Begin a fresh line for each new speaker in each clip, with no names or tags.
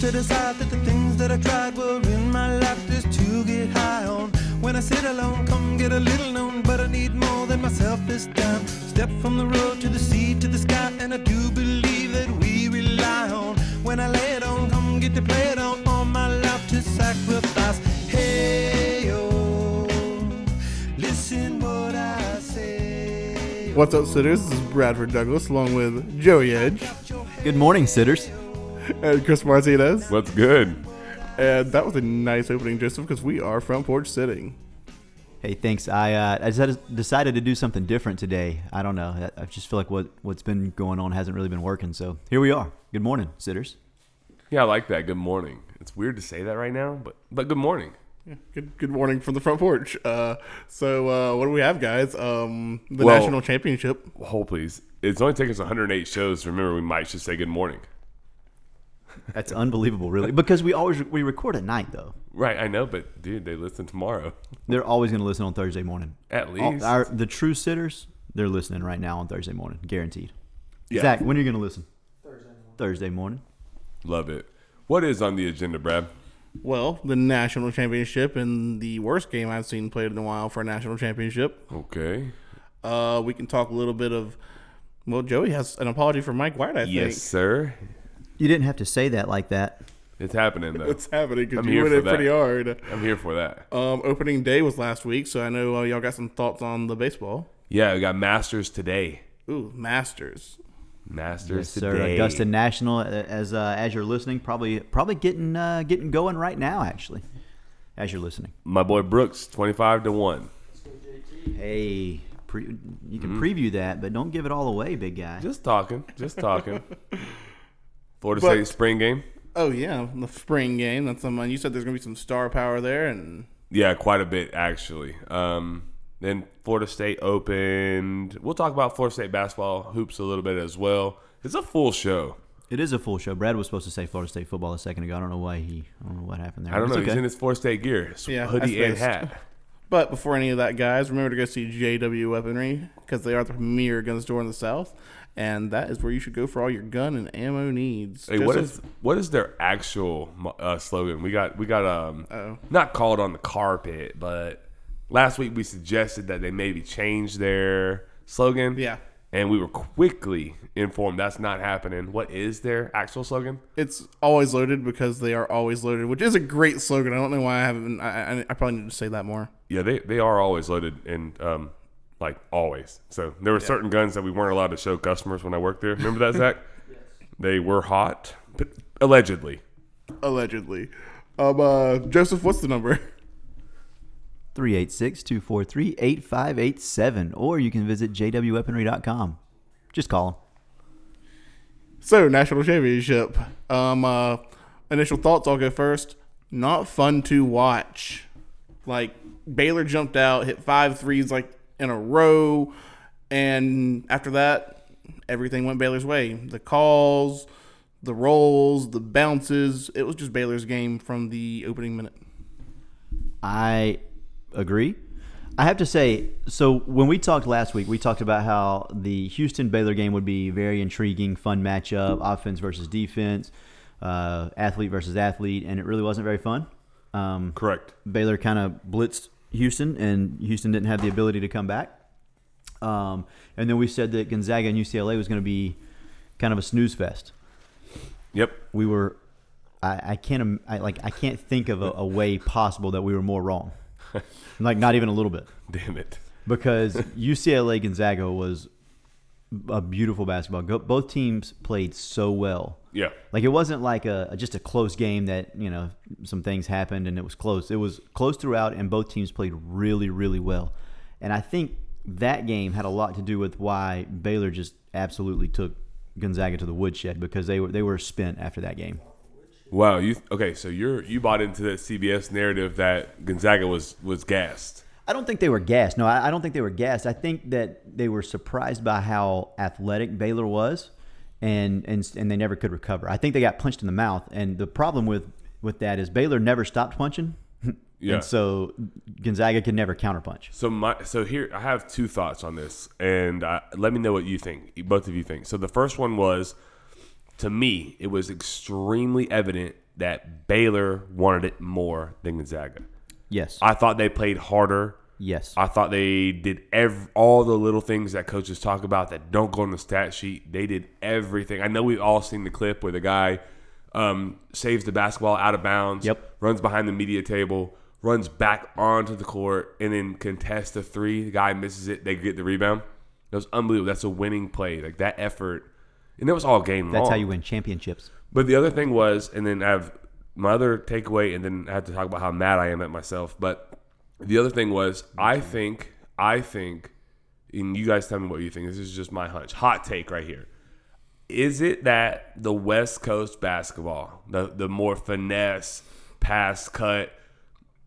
to decide that the things that I tried were in my life just to get high on. When I sit alone, come get a little known, but I need more than myself this time. Step from the road to the sea to the sky, and I do believe that we rely on. When I lay it on, come get to play it on, all my life to sacrifice. Hey, oh, listen what I say.
What's up, sitters? This is Bradford Douglas along with Joey Edge
Good morning, sitters.
and Chris Martinez.
What's good?
And that was a nice opening, Joseph, because we are Front Porch Sitting.
Hey, thanks. I uh, I decided- decided to do something different today. I don't know. I- I just feel like what what's been going on hasn't really been working. So here we are. Good morning, sitters.
Yeah, I like that. Good morning. It's weird to say that right now, but but good morning.
Good, good morning from the front porch. Uh, so, uh, what do we have, guys? Um, the
Well-
national championship.
Hold please. It's only taken us 108 shows. to Remember, we might just say good morning.
That's unbelievable, really, because we always we record at night though.
Right, I know, but dude, they listen tomorrow.
They're always going to listen on Thursday morning.
At
All-
least.
our- the true sitters, they're listening right now on Thursday morning, guaranteed.
Yeah.
Zach, when are you going to listen? Thursday morning.
Love it. What is on the agenda, Brad?
Well, the national championship and the worst game I've seen played in a while for a national championship.
Okay.
Uh, we can talk a little bit of. Well, Joey has an apology for Mike White. I
Yes, sir.
You didn't have to say that like that.
It's happening though.
think it's happening because
I'm
you
here
went
for
in pretty
that.
hard.
I'm here for that.
Um, opening day was last week, so I know uh, y'all got some thoughts on the baseball.
Yeah, we got Masters today.
Ooh, Masters.
Masters
Sir
today.
Augusta National, uh, as uh, as you're listening, probably probably getting uh, getting going right now. Actually, as you're listening,
My boy Brooks, 25 to one.
hey, pre- you can preview that, but don't give it all away, big guy.
Mm-hmm. Just talking. Just talking. Florida
But-
State spring game.
Oh yeah, the spring game. That's someone you said there's gonna be some star power there, and
Yeah, quite a bit actually. Um, then Florida State opened. We'll talk about Florida State basketball hoops a little bit as well. It's a full show.
It is a full show. Brad was supposed to say Florida State football a second ago. I don't know why he. I don't know what happened there.
I don't
It's
know. He's
okay.
in his Florida State gear, sw-
Yeah,
hoodie
that's
and
best.
hat.
But before any of that, guys, remember to go see JW Weaponry because they are the premier gun store in the South, and that is where you should go for all your gun and ammo needs.
Hey, what
Joseph-
is what is their actual mo- uh, slogan? We got we got um
Uh-oh.
not called on the carpet, but last week we suggested that they maybe change their slogan.
Yeah.
and we were quickly informed that's not happening. What is their actual slogan?
It's always loaded because they are always loaded, which is a great slogan. I don't know why I haven't. I, I, I probably need to say that more.
Yeah, they, they are always loaded and um, like always. So there were certain guns that we weren't allowed to show customers when I worked there. Remember that, Zach? They were hot, but allegedly.
Allegedly, um, uh, Joseph, what's the number?
386-243-8587 or you can visit jwweaponry.com. Just call him.
So national championship. Um, uh, initial thoughts. I'll go first. Not fun to watch. Like Baylor jumped out, hit five threes like in a row, and after that, everything went Baylor's way. The calls, the rolls, the bounces. It was just Baylor's game from the opening minute.
I agree. I have to say, so when we talked last week, we talked about how the Houston Baylor game would be very intriguing, fun matchup, offense versus defense, uh, athlete versus athlete, and it really wasn't very fun. Um,
Correct.
Baylor kind of blitzed Houston, and Houston didn't have the ability to come back. Um, and then we said that Gonzaga and UCLA was going to be kind of a snooze fest
Yep.
we were I, I can't im- I, like I can't think of a, a way possible that we were more wrong. like not even a little bit.
Damn it.
Because UCLA Gonzaga was a beautiful basketball. Go, both teams played so well.
Yeah.
Like it wasn't like a a- just a close game that, you know, some things happened and it was close. It was close throughout and both teams played really really well. And I think that game had a lot to do with why Baylor just absolutely took Gonzaga to the woodshed because they were they were spent after that game.
Wow. You okay? So you're you bought into that CBS narrative that Gonzaga was was gassed.
I don't think they were gassed. No, I, I don't think they were gassed. I think that they were surprised by how athletic Baylor was, and and and they never could recover. I think they got punched in the mouth, and the problem with with that is Baylor never stopped punching,
Yeah.
and so Gonzaga could never counterpunch.
So my so here I have two thoughts on this, and uh, let me know what you think. Both of you think. So the first one was, to me, it was extremely evident that Baylor wanted it more than Gonzaga.
Yes.
I thought they played harder.
yes.
I thought they did ev- all the little things that coaches talk about that don't go on the stat sheet. They did everything. I know we've all seen the clip where the guy um, saves the basketball out of bounds,
Yep.
runs behind the media table, runs back onto the court, and then contests the three. The guy misses it. They get the rebound. That was unbelievable. That's a winning play. Like that effort. And that was all game long.
That's how you win championships.
But the other thing was, and then I have my other takeaway, and then I have to talk about how mad I am at myself. But the other thing was, I think, I think, and you guys tell me what you think. This is just my hunch, hot take right here. Is it that the West Coast basketball, the the more finesse, pass cut,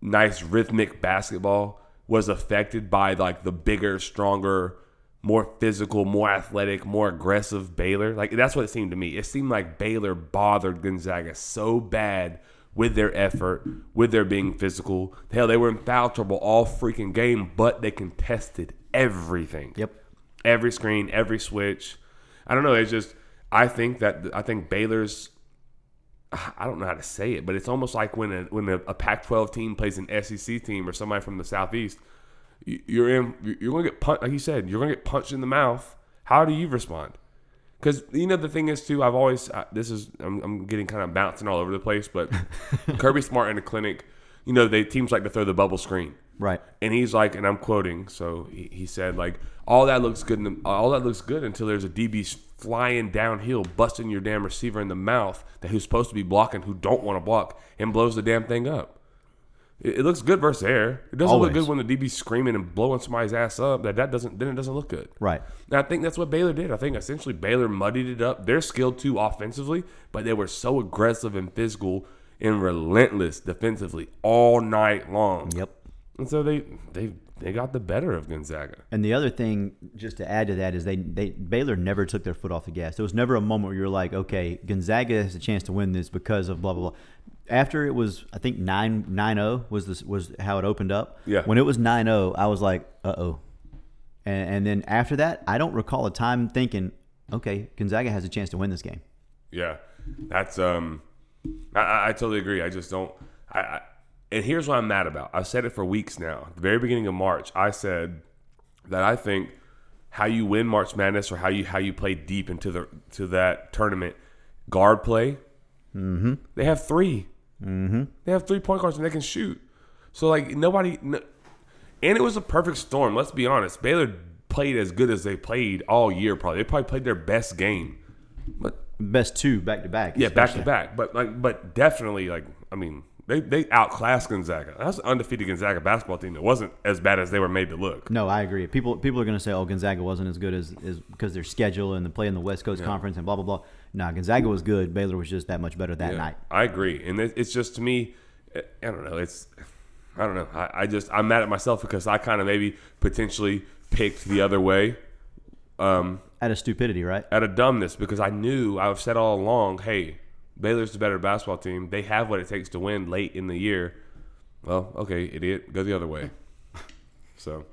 nice rhythmic basketball, was affected by like the bigger, stronger, more physical, more athletic, more aggressive Baylor? Like that's what it seemed to me. It seemed like Baylor bothered Gonzaga so bad with their effort, with their being physical. Hell, they were in foul trouble all freaking game, but they contested everything
Yep.
every screen, every switch. I don't know. It's just I think that I think Baylor's. I don't know how to say it, but it's almost like when a when a, a Pac-12 team plays an SEC team or somebody from the Southeast. you- You're in. You're gonna get punched, like you said. You're gonna get punched in the mouth. How do you respond? Because you know the thing is too. I've always I, this is I'm, I'm getting kind of bouncing all over the place, but Kirby Smart in a clinic. You know they teams like to throw the bubble screen.
Right.
And he's like, and I'm quoting. So he, he said, like, all that looks good. In the, all that looks good until there's a DB flying downhill, busting your damn receiver in the mouth that who's supposed to be blocking, who don't want to block, and blows the damn thing up. It, it looks good versus air. It doesn't
Always.
look good when the DB's screaming and blowing somebody's ass up. That that doesn't then it doesn't look good.
Right.
And I think that's what Baylor did. I think essentially Baylor muddied it up. They're skilled too offensively, but they were so aggressive and physical and relentless defensively all night long.
Yep.
And so they they they got the better of Gonzaga.
And the other thing, just to add to that, is they, they Baylor never took their foot off the gas. There was never a moment where you're like, okay, Gonzaga has a chance to win this because of blah blah blah. After it was, I think nine nine zero was this was how it opened up.
Yeah.
When it was nine zero, I was like, uh oh. And, and then after that, I don't recall a time thinking, okay, Gonzaga has a chance to win this game.
Yeah, that's um, I- I, I totally agree. I just don't. I, I and here's what I'm mad about. I've said it for weeks now. At the very beginning of March, I said that I think how you win March Madness or how you how you play deep into the to that tournament guard play. Mm-hmm. They have 3 Mm-hmm. They have three point guards and they can shoot. So like nobody. No, and it was a perfect storm. Let's be honest. Baylor played as good as they played all year. Probably they probably played their best game. But
Best two back to back.
yeah, back to back. But like, but definitely, like, I mean, they they outclassed Gonzaga. That's an undefeated Gonzaga basketball team that wasn't as bad as they were made to look.
No, I agree. People people are going to say, "Oh, Gonzaga wasn't as good as is because their schedule and the play in the West Coast Conference and blah blah blah." Nah, Gonzaga was good. Baylor was just that much better that
Yeah,
night.
I agree, and it, it's just to me, I I don't know. It's I don't know. I, I just I'm mad at myself because I kind of maybe potentially picked the other way. Um,
Out of stupidity, right?
at a dumbness because I knew I've said all along, hey, Baylor's the better basketball team. They have what it takes to win late in the year. Well, okay, idiot, go the other way. So,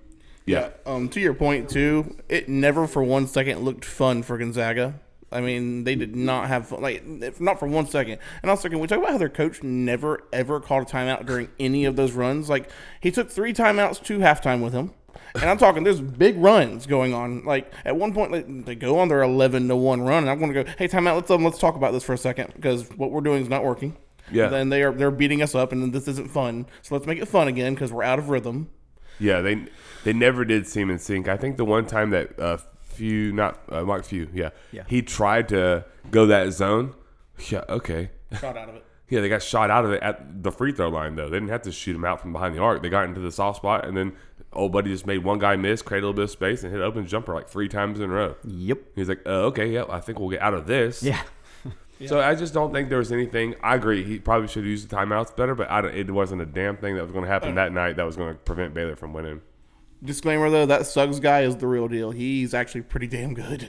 Yeah. Um, to your point too, it never for one second looked fun for Gonzaga. I mean, they did not have fun, like if- not for one second. And also, can we talk about how their coach never ever called a timeout during any of those runs? Like he took three timeouts to halftime with him. And I'm talking, there's big runs going on. Like at one point, like, they go on their 11 to one run, and I'm going to go, hey, timeout. Let's um, let's talk about this for a second because what we're doing is not working.
Yeah.
Then they are they're beating us up, and then this isn't fun. So let's make it fun again because we're out of rhythm.
Yeah, they they never did seem in sync. I think the one time that uh, few not uh, Mark Few, yeah,
Yeah.
he tried to go that zone. Yeah, okay.
Shot out of it.
Yeah, they got shot out of it at the free throw line though. They didn't have to shoot him out from behind the arc. They got into the soft spot, and then old buddy just made one guy miss, create a little bit of space, and hit an open jumper like three times in a row.
Yep.
He's like, uh, okay, yeah, I think we'll get out of this.
Yeah.
So I just don't think there was anything. I agree. He probably should use the timeouts better, but I don't, it wasn't a damn thing that was going to happen that night that was going to prevent Baylor from winning.
Disclaimer though, that Suggs guy is the real deal. He's actually pretty damn good.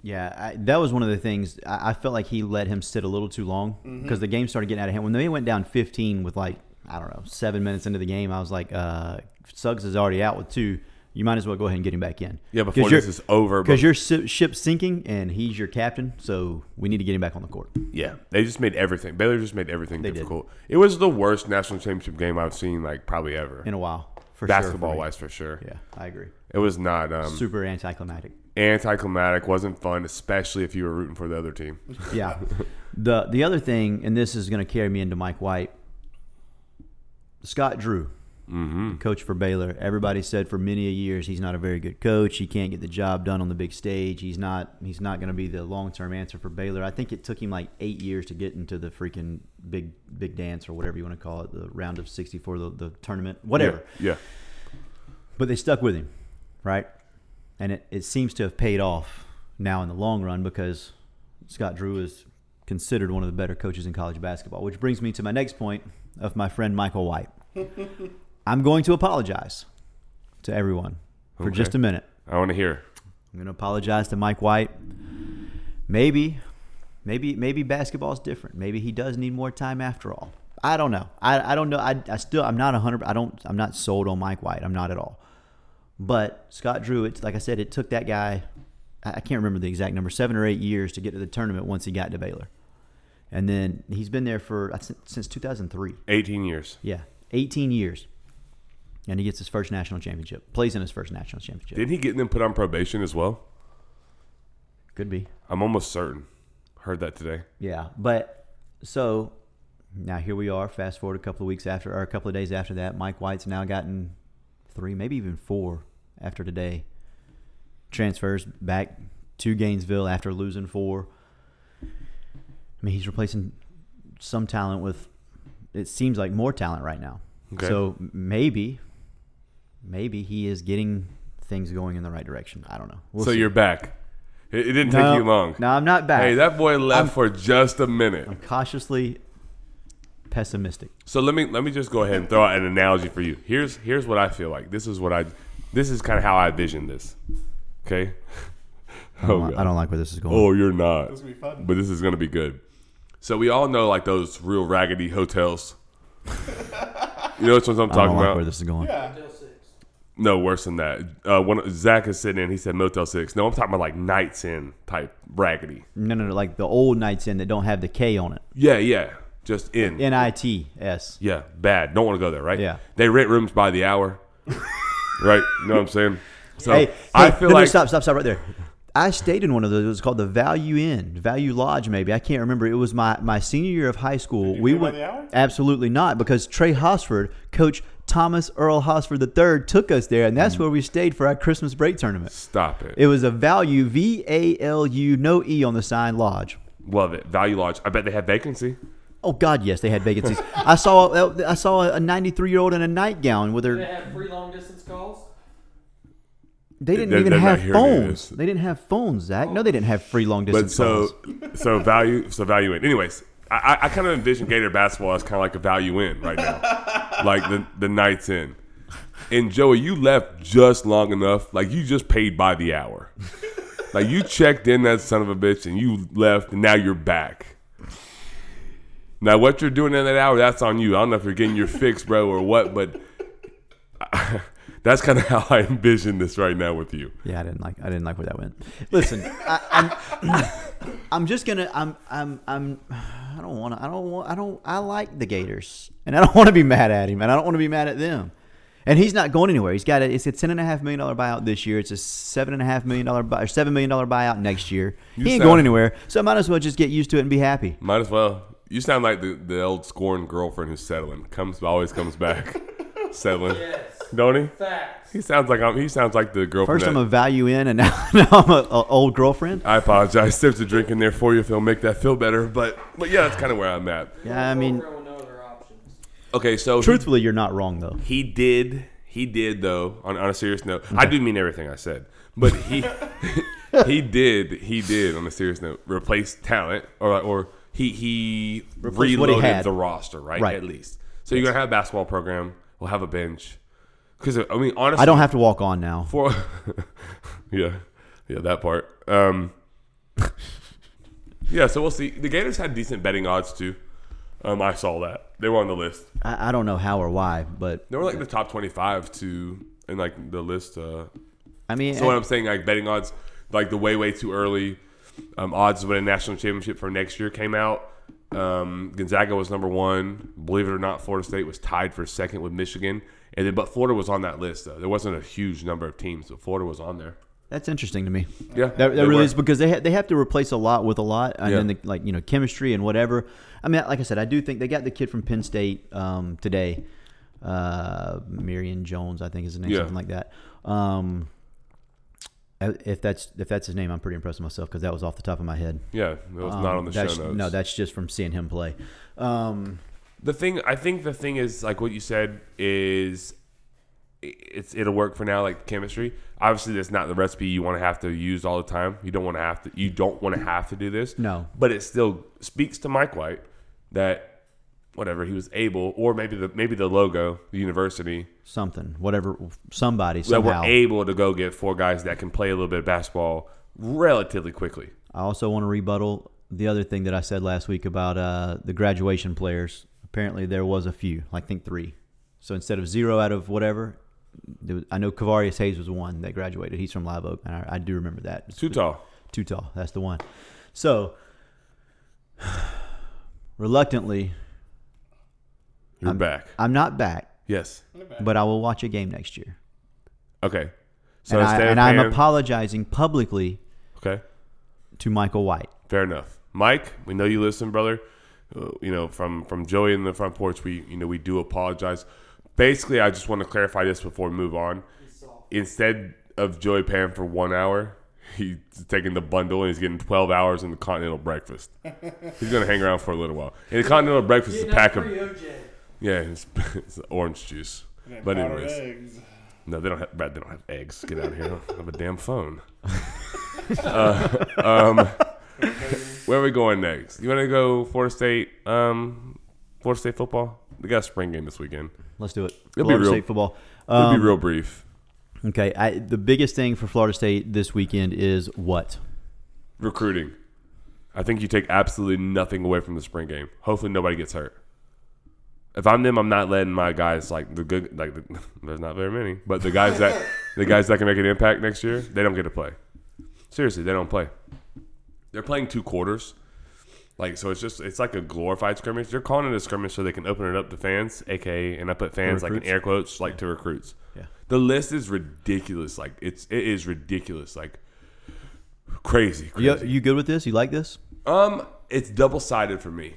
Yeah, I, that was one of the things I, I felt like he let him sit a little too long
Mm-hmm.
because the game started getting out of hand. When they went down 15 with like I don't know seven minutes into the game, I was like, uh, Suggs is already out with two. you might as well go ahead and get him back in.
Yeah, before this is over.
Because
But,
your si- ship's sinking and he's your captain, so we need to get him back on the court.
yeah, they just made everything. Baylor just made everything
did.
difficult. It was the worst national championship game I've seen like probably ever.
in a while. For
Basketball
sure,
wise, for sure.
for me. Yeah, I agree.
It was not um,
Super anticlimactic.
anticlimactic. wasn't fun, especially if you were rooting for the other team.
Yeah. the the other thing, and this is going to carry me into Mike White, Scott Drew,
Mm-hmm.
the coach for Baylor. Everybody said for many a years he's not a very good coach. He can't get the job done on the big stage. He's not he's not going to be the long term answer for Baylor. I think it took him like eight years to get into the freaking big big dance or whatever you want to call it, the round of sixty four, the, the tournament, whatever.
Yeah. yeah.
But they stuck with him, right? And it, it seems to have paid off now in the long run because Scott Drew is considered one of the better coaches in college basketball, which brings me to my next point of my friend Michael White. I'm going to apologize to everyone for just a minute.
I want to hear.
I'm going to apologize to Mike White. Maybe, maybe, maybe basketball's different. Maybe he does need more time after all. I don't know. I, I don't know. I, I still, I'm not 100. I don't, I'm not sold on Mike White. I'm not at all. But Scott Drew, it's like I said, it took that guy, I I can't remember the exact number, seven or eight years to get to the tournament once he got to Baylor. And then he's been there for I think, since 2003.
18 years.
Yeah, 18 years. And he gets his first national championship, plays in his first national championship.
Didn't he get them put on probation as well?
Could be.
I'm almost certain. Heard that today.
Yeah, but so now here we are. Fast forward a couple of weeks after, or a couple of days after that, Mike White's now gotten three, maybe even four after today. Transfers back to Gainesville after losing four. I mean, he's replacing some talent with, it seems like more talent right now.
Okay.
So maybe, maybe he is getting things going in the right direction. I don't know. We'll
so
see.
you're back. It, it didn't
no,
take you long.
No, I'm not back.
Hey, that boy left for just a minute.
cautiously pessimistic.
So let me let me just go ahead and throw out an analogy for you. Here's here's what I feel like. This is what I this is kind of how I vision this. Okay. Oh,
I don't like where this is going.
Oh, you're not.
gonna be fun.
But this is gonna be good. So we all know like those real raggedy hotels. you know which ones I'm
I don't
talking
like
about?
where this is going.
No, worse than that. Uh, one Zach is sitting in. He said Motel Six. No, I'm talking about like Nights Inn type raggedy.
No, no, no. Like the old Knights Inn that don't have the K on it.
Yeah, yeah. Just in.
N I T S.
Yeah, bad. Don't want to go there, right?
Yeah.
They rent rooms by the hour, right? You know what I'm saying? So
Hey,
I
hey,
feel
no, no,
like
stop, stop, stop right there. I stayed in one of those. It was called the Value Inn, Value Lodge, maybe. I can't remember. It was my, my senior year of high school. we
pay by
went
the hour?
absolutely not because Trey Hosford, Coach Thomas Earl Hosford III, took us there, and that's
Mm.
where we stayed for our Christmas break tournament.
stop it.
It was a Value V A L U, no E on the sign, lodge.
Love it. Value Lodge. I bet they have vacancy.
Oh God, yes, they had vacancies. I saw I saw a 93 year old in a nightgown with
They
her.
have free long distance calls.
They didn't
They're-
even
they're not
have
hearing it.
phones. They didn't have phones, Zach. No, they didn't have free long
But
distance
so
calls.
so value so value in. Anyways, I, I- I kind of envision Gator basketball as kind of like a value in right now, like the the Nights Inn. And Joey, you left just long enough. Like you just paid by the hour. Like you checked in that son of a bitch, and you left, and now you're back. Now, what you're doing in that hour, that's on you. I don't know if you're getting your fix, bro, or what, but that's kind of how I envision this right now with you.
Yeah, I didn't like. I didn't like where that went. Listen, I, I'm, I'm just gonna. I'm. I'm. I'm. I don't want to. I don't want. I don't. I like the Gators, and I don't want to be mad at him, and I don't want to be mad at them. And he's not going anywhere. He's got a, It's a ten and a half million dollar buyout this year. It's a seven and a half million dollar buy, or seven million dollar buyout next year. he ain't
sound-
going anywhere. So I might as well just get used to it and be happy.
Might as well. You sound like the, the old scorned girlfriend who's settling. Comes always comes back. settling.
Yes.
Don't he?
Facts.
He sounds like I'm, he sounds like the girlfriend.
First, I'm a
that-
value in, and now, now I'm a, a old girlfriend.
I apologize. Sips a drink in there for you if it'll make that feel better. But but yeah, that's kind of where I'm at.
Yeah, I mean,
Girl with no other options.
Okay, so
truthfully, you're not wrong though.
he did he did though on, on a serious note i do mean everything i said but he he did he did on a serious note replace talent or or he he
Replace what he
reloaded
had.
the roster right,
Right.
at least so you're gonna have a basketball program we'll have a bench because i mean honestly
I don't have to walk on now.
for yeah yeah that part um yeah so we'll see the gators had decent betting odds too um i saw that they were on the list
I, I don't know how or why, but
they were like the top 25 to in like the list. Uh,
I mean,
so what I'm saying, like betting odds, like the way way too early um, odds to win a national championship for next year came out. Um, Gonzaga was number one. Believe it or not, Florida State was tied for second with Michigan, and then but Florida was on that list though. There wasn't a huge number of teams, but Florida was on there.
that's interesting to me.
Yeah,
That,
they
that really
were.
is because they ha- they have to replace a lot with a lot, and
Yeah.
then the, like you know chemistry and whatever. I mean, like I said, I do think they got the kid from Penn State um, today, uh, Marion Jones, I think is the name,
Yeah.
something like that. Um, if that's if that's his name, I'm pretty impressed with myself because that was off the top of my head.
Yeah, it was
Um,
not on the show
that's-
notes.
No, that's just from seeing him play. Um,
The thing I think the thing is like what you said is i- it's it'll work for now like chemistry. Obviously that's not the recipe you want to have to use all the time. You don't want to have to you don't want to have to do this.
No.
But it still speaks to Mike White that whatever he was able or maybe the maybe the logo, the university
something, whatever, somebody
that
somehow.
were able to go get four guys that can play a little bit of basketball relatively quickly.
I also want to rebuttal the other thing that I said last week about uh, the graduation players. Apparently, there was a few, I think three. So instead of zero out of whatever, there was, I know Kavarius Hayes was one that graduated. He's from Live Oak, and I, I do remember that.
Too tall.
Too tall. That's the one. So, reluctantly,
You're back.
I'm not back,
yes.
but I will watch a game next year.
Okay. So
and I,
instead
and
of
I'm
Pam-
apologizing publicly
Okay.
to Michael White.
Fair enough, Mike. We know you listen, brother. Uh, you know, from from Joey in the front porch, we you know we do apologize. Basically, I just want to clarify this before we move on. Instead of Joey paying for one hour, he's taking the bundle and he's getting twelve hours in the continental breakfast. he's gonna hang around for a little while. And the continental breakfast is a pack of
OJ.
yeah, it's, it's orange juice. But anyways, no, they don't have. Brad, they don't have eggs. Get out of here. I don't have a damn phone. Uh, um, where are we going next? You want to go Florida State? Um, Florida State football. They got a spring game this weekend.
Let's do it.
be
Florida
real-
State football.
It'll
Um,
be real brief.
Okay, I, the biggest thing for Florida State this weekend is what?
Recruiting. I think you take absolutely nothing away from the spring game. Hopefully, nobody gets hurt. If I'm them, I'm not letting my guys like the good like the, there's not very many, but the guys that the guys that can make an impact next year, they don't get to play. Seriously, they don't play. They're playing two quarters. Like so, it's just it's like a glorified scrimmage. They're calling it a scrimmage so they can open it up to fans, aka, and I put fans like in
recruits?
air quotes, like to recruits.
Yeah.
The list is ridiculous. Like it's it is ridiculous. Like crazy. crazy.
You, you good with this? You like this?
Um, it's double sided for me.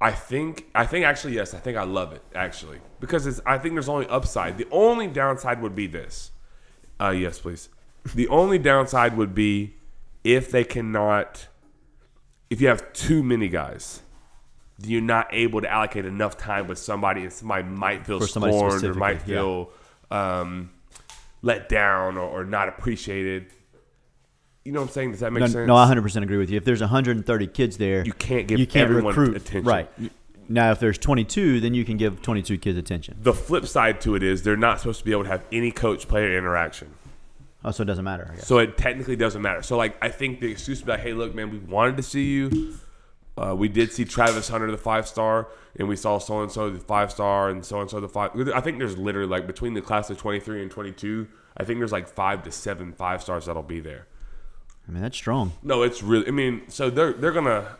I think I think actually yes, I think I love it actually because it's I think there's only upside. The only downside would be this. Uh, yes, please. The only downside would be if they cannot, if you have too many guys, you're not able to allocate enough time with somebody, and somebody might feel
For somebody
scorned or might
specifically, yeah.
feel um, let down or, or not appreciated. You know what I'm saying? Does that make
No,
sense?
no, I 100% agree with you. If there's 130 kids there,
You can't give
you can't
everyone
recruit.
attention.
Right. Now, if there's 22, then you can give 22 kids attention.
the flip side to it is they're not supposed to be able to have any coach player interaction.
Oh, so it doesn't matter. I guess.
So it technically doesn't matter. So like I think the excuse to be like, hey, look, man, we wanted to see you. Uh, we did see Travis Hunter, the five star, and we saw so and so the five star, and so and so the five. I think there's literally like between the class of 23 and 22, I think there's like five to seven five stars that'll be there.
I mean, that's strong.
No, it's really. I mean, so they're they're gonna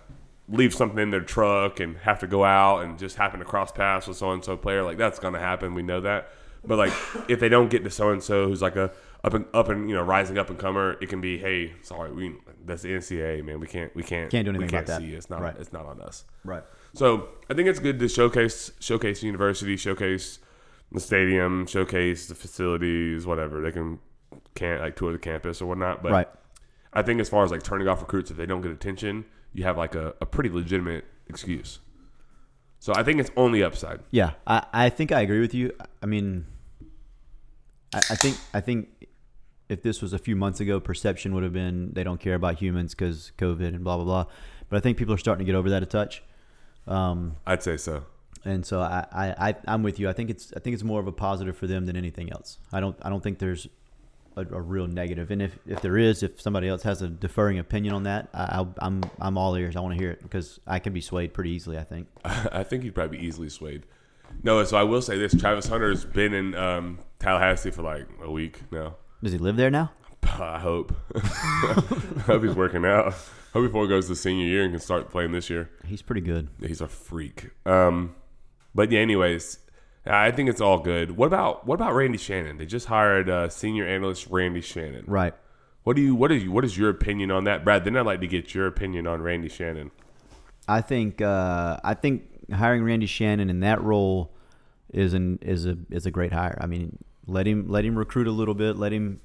leave something in their truck and have to go out and just happen to cross paths with so and so player. Like that's gonna happen. We know that. But like, if they don't get to so and so who's like a up and up and you know rising up and comer, it can be hey, sorry, we that's the NCAA man. We can't we can't
Can't do
we
anything
can't
about that.
see you. It's not
Right.
it's not on us.
Right.
So I think it's good to showcase showcase the university, showcase the stadium, showcase the facilities, whatever they can can't like tour the campus or whatnot. But
Right.
I think as far as like turning off recruits, if they don't get attention, you have like a, a pretty legitimate excuse. So I think it's only upside.
Yeah, I, I think I agree with you. I mean, I, I think I think if this was a few months ago, perception would have been they don't care about humans because COVID and blah blah blah. But I think people are starting to get over that a touch. Um,
I'd say so.
and so I, I, I I'm with you. I think it's I think it's more of a positive for them than anything else. I don't I don't think there's a, a real negative. And if, if there is, if somebody else has a deferring opinion on that, I, I'll- I'm I'm all ears. I want to hear it because I can be swayed pretty easily. I think.
I think he'd probably be easily swayed. No, so I will say this: Travis Hunter's been in um, Tallahassee for like a week now.
Does he live there now?
I hope. I hope he's working out. I hope he forgoes the senior year and can start playing this year.
He's pretty good.
He's a freak. Um, but yeah, anyways, I think it's all good. What about what about Randy Shannon? They just hired uh, senior analyst Randy Shannon.
Right.
What do you what is what is your opinion on that, Brad? Then I'd like to get your opinion on Randy Shannon.
I think uh, I think hiring Randy Shannon in that role is an is a is a great hire. I mean, let him let him recruit a little bit, let him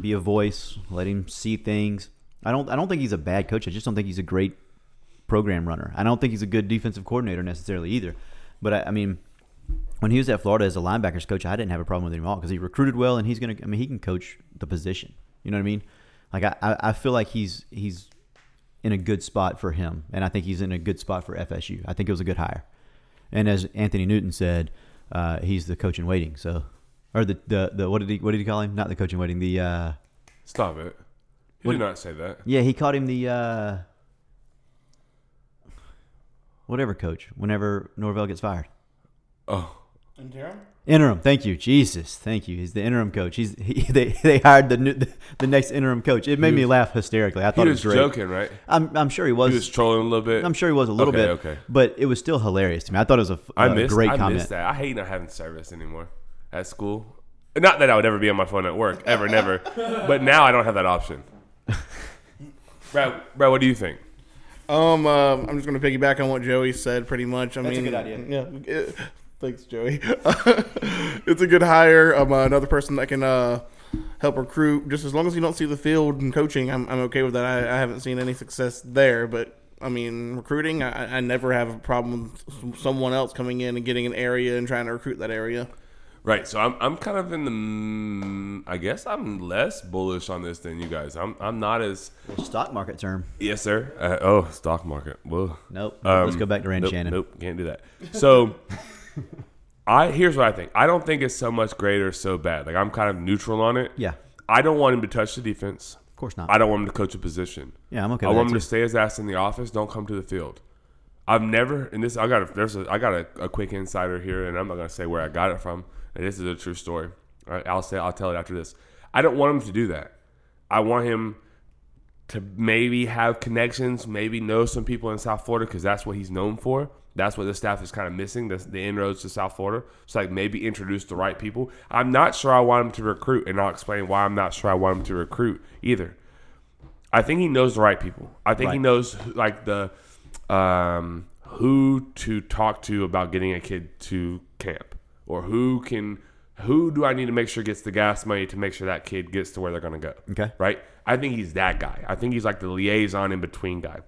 be a voice, let him see things. I don't I don't think he's a bad coach. I just don't think he's a great program runner. I don't think he's a good defensive coordinator necessarily either. But I, I mean, when he was at Florida as a linebackers coach, I didn't have a problem with him at all because he recruited well and he's gonna. I mean, he can coach the position. You know what I mean? Like I, I I feel like he's he's in a good spot for him, and I think he's in a good spot for FSU. I think it was a good hire. And as Anthony Newton said, uh, he's the coach in waiting. So, or the, the the what did he what did he call him? Not the coach in waiting. The uh,
Stop it. You did not say that.
yeah, he called him the uh, whatever coach. Whenever Norvell gets fired,
Oh,
Interim?
interim. Thank you, Jesus. Thank you. He's the interim coach. He's he, they they hired the new, the next interim coach. It made me laugh hysterically. I
he
thought it
was
was great.
joking, right?
I'm I'm sure he
He
was.
was trolling a little bit.
I'm sure he was a little
Okay,
bit.
okay.
But it was still hilarious to me. I thought it was a, f-
I
a
miss
great
I
comment.
miss that. I hate not having service anymore at school. Not that I would ever be on my phone at work, ever, never. But now I don't have that option. Brad, Brad, what do you think?
Um, uh, I'm just gonna piggyback on what Joey said. Pretty much. I
That's a
mean,
good idea.
Yeah. it- thanks, Joey. it's a good hire. Um, uh, another person that can uh help recruit. Just as long as you don't see the field and coaching, I'm I'm okay with that. I, I haven't seen any success there, but. I mean, recruiting. I, I never have a problem with s- someone else coming in and getting an area and trying to recruit that area.
Right, so I'm, I'm kind of in the mm, I guess I'm less bullish on this than you guys. I'm I'm not as
Stock market term.
yes sir. Uh, oh, stock market. Whoa.
Nope. Let's go back to Rand
Um, nope,
Shannon.
Nope, can't do that. So, I here's what I think. I don't think it's so much great or so bad. Like I'm kind of neutral on it.
Yeah.
I don't want him to touch the defense.
Of course not.
I don't want him to coach a position.
Yeah, I'm okay
I
with
want
that
him to
too.
stay his ass in the office. Don't come to the field. I've never, and this I got a there's a I got a, a quick insider here, and I'm not gonna say where I got it from. And this is a true story. All right, I'll say I'll tell it after this. I don't want him to do that. I want him to maybe have connections, maybe know some people in South Florida because that's what he's known for. That's what the staff is kind of missing. That's the inroads to South Florida. So like maybe introduce the right people. I'm not sure I want him to recruit, and I'll explain why I'm not sure I want him to recruit either. I think he knows the right people. I think he
Right.
knows like the um, who to talk to about getting a kid to camp, or who can who do I need to make sure gets the gas money to make sure that kid gets to where they're going to go.
Okay.
right? I think he's that guy. I think he's like the liaison in between guy.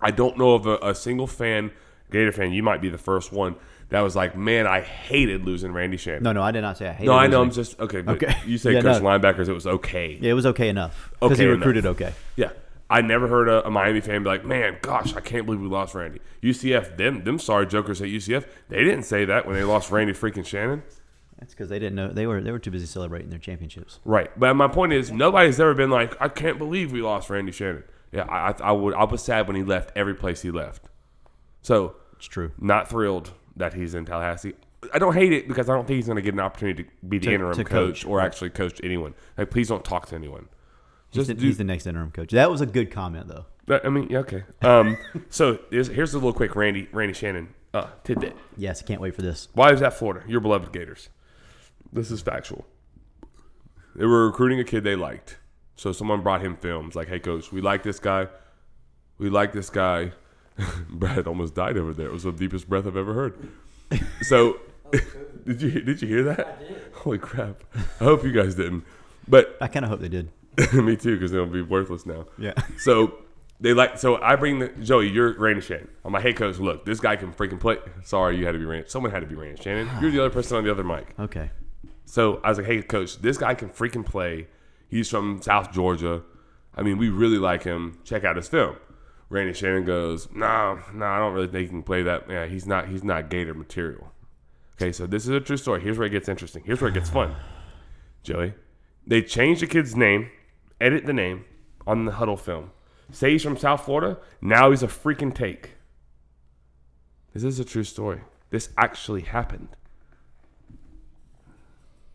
I don't know of a, a single fan, Gator fan. You might be the first one that was like, "Man, I hated losing Randy Shannon."
No, no, I did not say I hate
No, I know. I'm just okay. But
Okay.
You say
Yeah,
coach
no.
linebackers. It was okay.
Yeah, it was okay enough. Because
Okay
he
enough.
recruited okay.
Yeah. I never heard a, a Miami fan be like, "Man, gosh, I can't believe we lost Randy." UCF, them, them sorry jokers at UCF, they didn't say that when they lost Randy freaking Shannon,
That's because they didn't know they were they were too busy celebrating their championships.
right? But my point is, nobody's ever been like, "I can't believe we lost Randy Shannon." Yeah, I, I, I would, I was sad when he left every place he left. So,
It's true.
not thrilled that he's in Tallahassee. I don't hate it because I don't think he's going to get an opportunity to be the
To-
interim
to
coach,
coach.
or actually coach anyone. Like, please don't talk to anyone.
He's
Just
the,
do
he's the next interim coach. That was a good comment though.
But, I mean, yeah, okay. Um, so here's, here's a little quick Randy Randy Shannon uh, tidbit.
Yes, I can't wait for this.
Why is that Florida? Your beloved Gators. This is factual. They were recruiting a kid they liked, so someone brought him films. Like, hey, coach, we like this guy. We like this guy. Brad almost died over there. It was the deepest breath I've ever heard. So, did you did you hear that? Holy crap! I hope you guys didn't. But
I kind of hope they did.
me too, because it'll be worthless now.
Yeah.
So they like. So I bring the Joey. You're Randy Shannon. I'm like, hey coach, look, this guy can freaking play. Sorry, you had to be Randy. Someone had to be Randy Shannon. You're the other person on the other mic.
Okay.
So I was like, hey coach, this guy can freaking play. He's from South Georgia. I mean, we really like him. Check out his film. Randy Shannon goes, no, no, I don't really think he can play that. Yeah, he's not. He's not Gator material. Okay, so this is a true story. Here's where it gets interesting. Here's where it gets fun. Joey. They changed the kid's name, edit the name on the huddle film. Say he's from South Florida. Now he's a freaking take. This is a true story. This actually happened.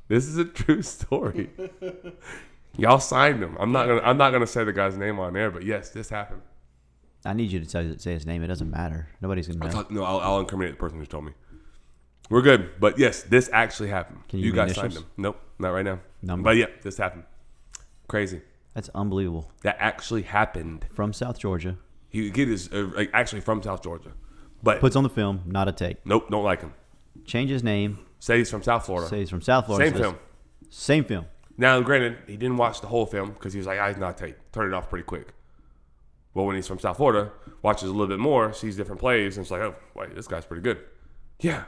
This is a true story. Y'all signed him. I'm not gonna. I'm not gonna say the guy's name on air, but yes, this happened.
I need you to say, say his name. It doesn't matter. Nobody's gonna
I'll
know.
talk- no, I'll, I'll incriminate the person who told me. We're good, but yes, this actually happened.
Can
you
you give me
guys signed
initials?
him. Nope, not right now.
Number.
But yeah, this happened. Crazy.
That's unbelievable.
That actually happened.
From South Georgia,
He get his uh, like, actually from South Georgia, but
puts on the film, not a take.
nope, don't like him.
Change his name.
Say he's from South Florida.
Say he's from South Florida.
Same
so it's-
film.
Same film.
Now, granted, he didn't watch the whole film because he was like, "I not take, turn it off pretty quick." But when he's from South Florida, watches a little bit more, sees different plays, and it's like, "Oh, wait, this guy's pretty good." Yeah,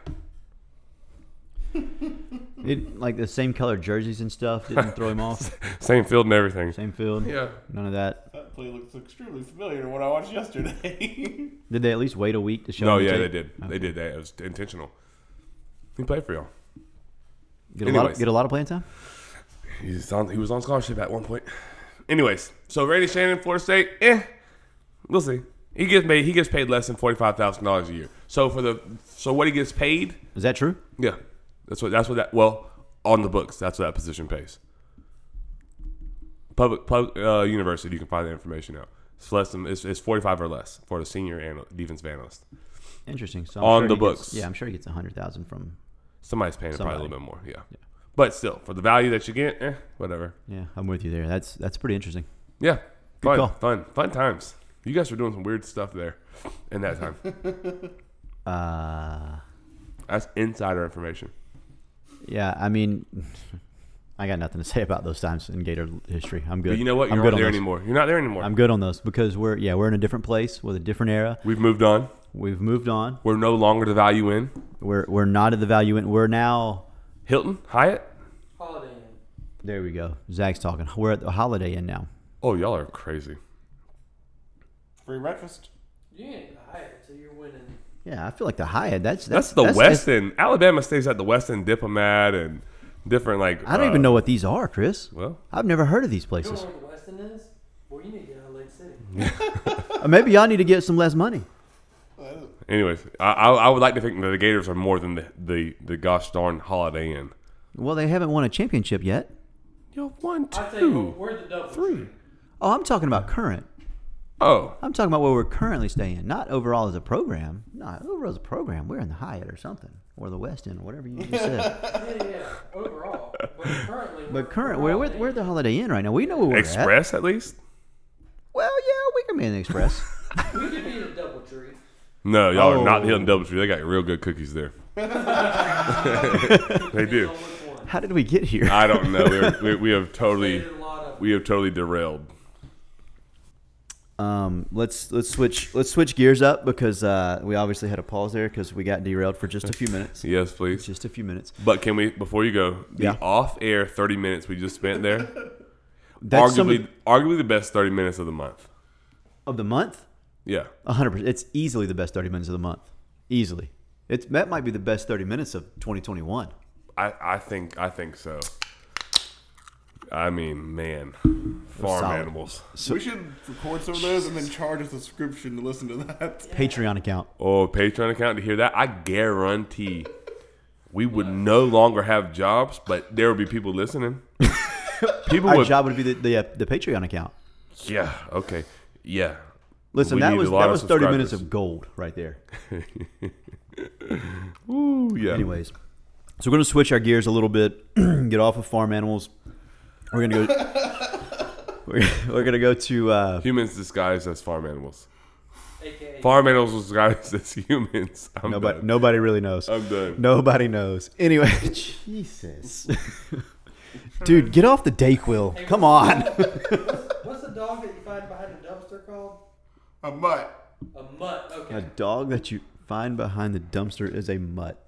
It, like the same color jerseys and stuff didn't throw him off.
same field and everything.
Same field.
Yeah,
None of that.
That play looks extremely familiar to what I watched yesterday.
Did they at least wait a week to show?
No,
him the
yeah, they
tape?
did. They did that. It was intentional. He played for y'all.
Get a lot.
Anyways.
Of, get a lot of playing time.
He's on. He was on scholarship at one point. Anyways, so Randy Shannon, Florida State. Eh, we'll see. He gets paid. He gets paid less than forty five thousand dollars a year. So for the so what he gets paid,
Is that true?
yeah, that's what that's what that well on the books. That's what that position pays. Public, public uh, university, you can find that information out. It's less than it's, it's forty five or less for the senior anal, defensive analyst.
Interesting. So I'm
On
sure
the
he gets-
books.
yeah, I'm sure he gets a hundred thousand from.
Somebody's paying him probably a
Somebody.
little bit more. Yeah. but still for the value that you get, eh, whatever.
Yeah, I'm with you there. That's that's pretty interesting.
Yeah. Fun,
call.
fun, fun times. You guys were doing some weird stuff there in that time.
Uh,
That's insider information.
yeah, I mean, I got nothing to say about those times in Gator history. I'm good.
But you know what?
I'm
You're
good
not
on
there
those.
anymore. You're not there anymore.
I'm good on those because we're yeah we're in a different place with a different era.
We've moved on.
We've moved on.
We're no longer the value in.
We're we're not at the value in. We're now
Hilton, Hyatt.
Holiday Inn.
there. We go. Zach's talking. We're at the Holiday Inn now.
Oh, y'all are crazy.
Free breakfast.
You ain't the Hyatt, so you're winning.
Yeah, I feel like the Hyatt. That's
That's,
that's,
the
that's-
West End. Alabama stays at the West End Diplomat and different like.
I don't
uh,
even know what these are, Chris.
Well,
I've never heard of these
You
places.
don't know where the Westin is? Well, you need to get out of Lake City.
Uh, Maybe y'all need to get some less money.
anyways, I, I, I would like to think that the Gators are more than the the, the gosh darn Holiday Inn.
Well, they haven't won a championship yet.
Yo, one,
I tell you,
two,
what, we're the double.
three.
Oh, I'm talking about current.
Oh,
I'm talking about where we're currently staying, not overall as a program. Not overall as a program. We're in the Hyatt or something, or the West End, or whatever you just said.
Yeah, yeah, overall. But currently. we're-
But current, we're, we're,
Holiday
we're at the Holiday Inn right now. We know where we're at.
Express at least.
Well, yeah, we can be in the Express.
Inn. We could be the double tree.
No, y'all are not
Oh.
Hilton Doubletree. They got real good cookies there. they do.
One.
How did we get here?
I don't know. We, are, we, we have
We
totally,
did a lot of
we have totally derailed.
Um, let's let's switch let's switch gears up because uh, we obviously had a pause there because we got derailed for just a few minutes.
Yes, please.
Just a few minutes.
But can we, before you go, the
Yeah.
off-air thirty minutes we just spent there,
That's
arguably,
some
arguably the best thirty minutes of the month.
of the month.
Yeah,
hundred percent. It's easily the best thirty minutes of the month. Easily, it's that might be the best thirty minutes of 2021.
I, I think, I think so. I mean, man, farm
solid.
animals.
we should record some of those and then charge a subscription to listen to that.
Patreon account.
Oh, Patreon account to hear that? I guarantee we would no longer have jobs, but there would be people listening. people
Our
would.
job would be the the, uh, the Patreon account.
yeah. Okay. Yeah.
Listen,
We
that
need a
was
lot
that
of
was thirty minutes
subscribers.
of gold right there.
Ooh, yeah.
Anyways, so we're gonna switch our gears a little bit, get off of farm animals. We're gonna go. we're, we're gonna go to. Uh,
Humans disguised as farm animals.
AKA.
Farm animals disguised as humans. I'm
nobody,
done.
nobody really knows.
I'm done.
Nobody knows. Anyway, Jesus, dude, get off the Dayquil. Come on.
What's the dog that you find behind a dumpster called?
A mutt.
A mutt. Okay.
A dog that you find behind the dumpster is a mutt.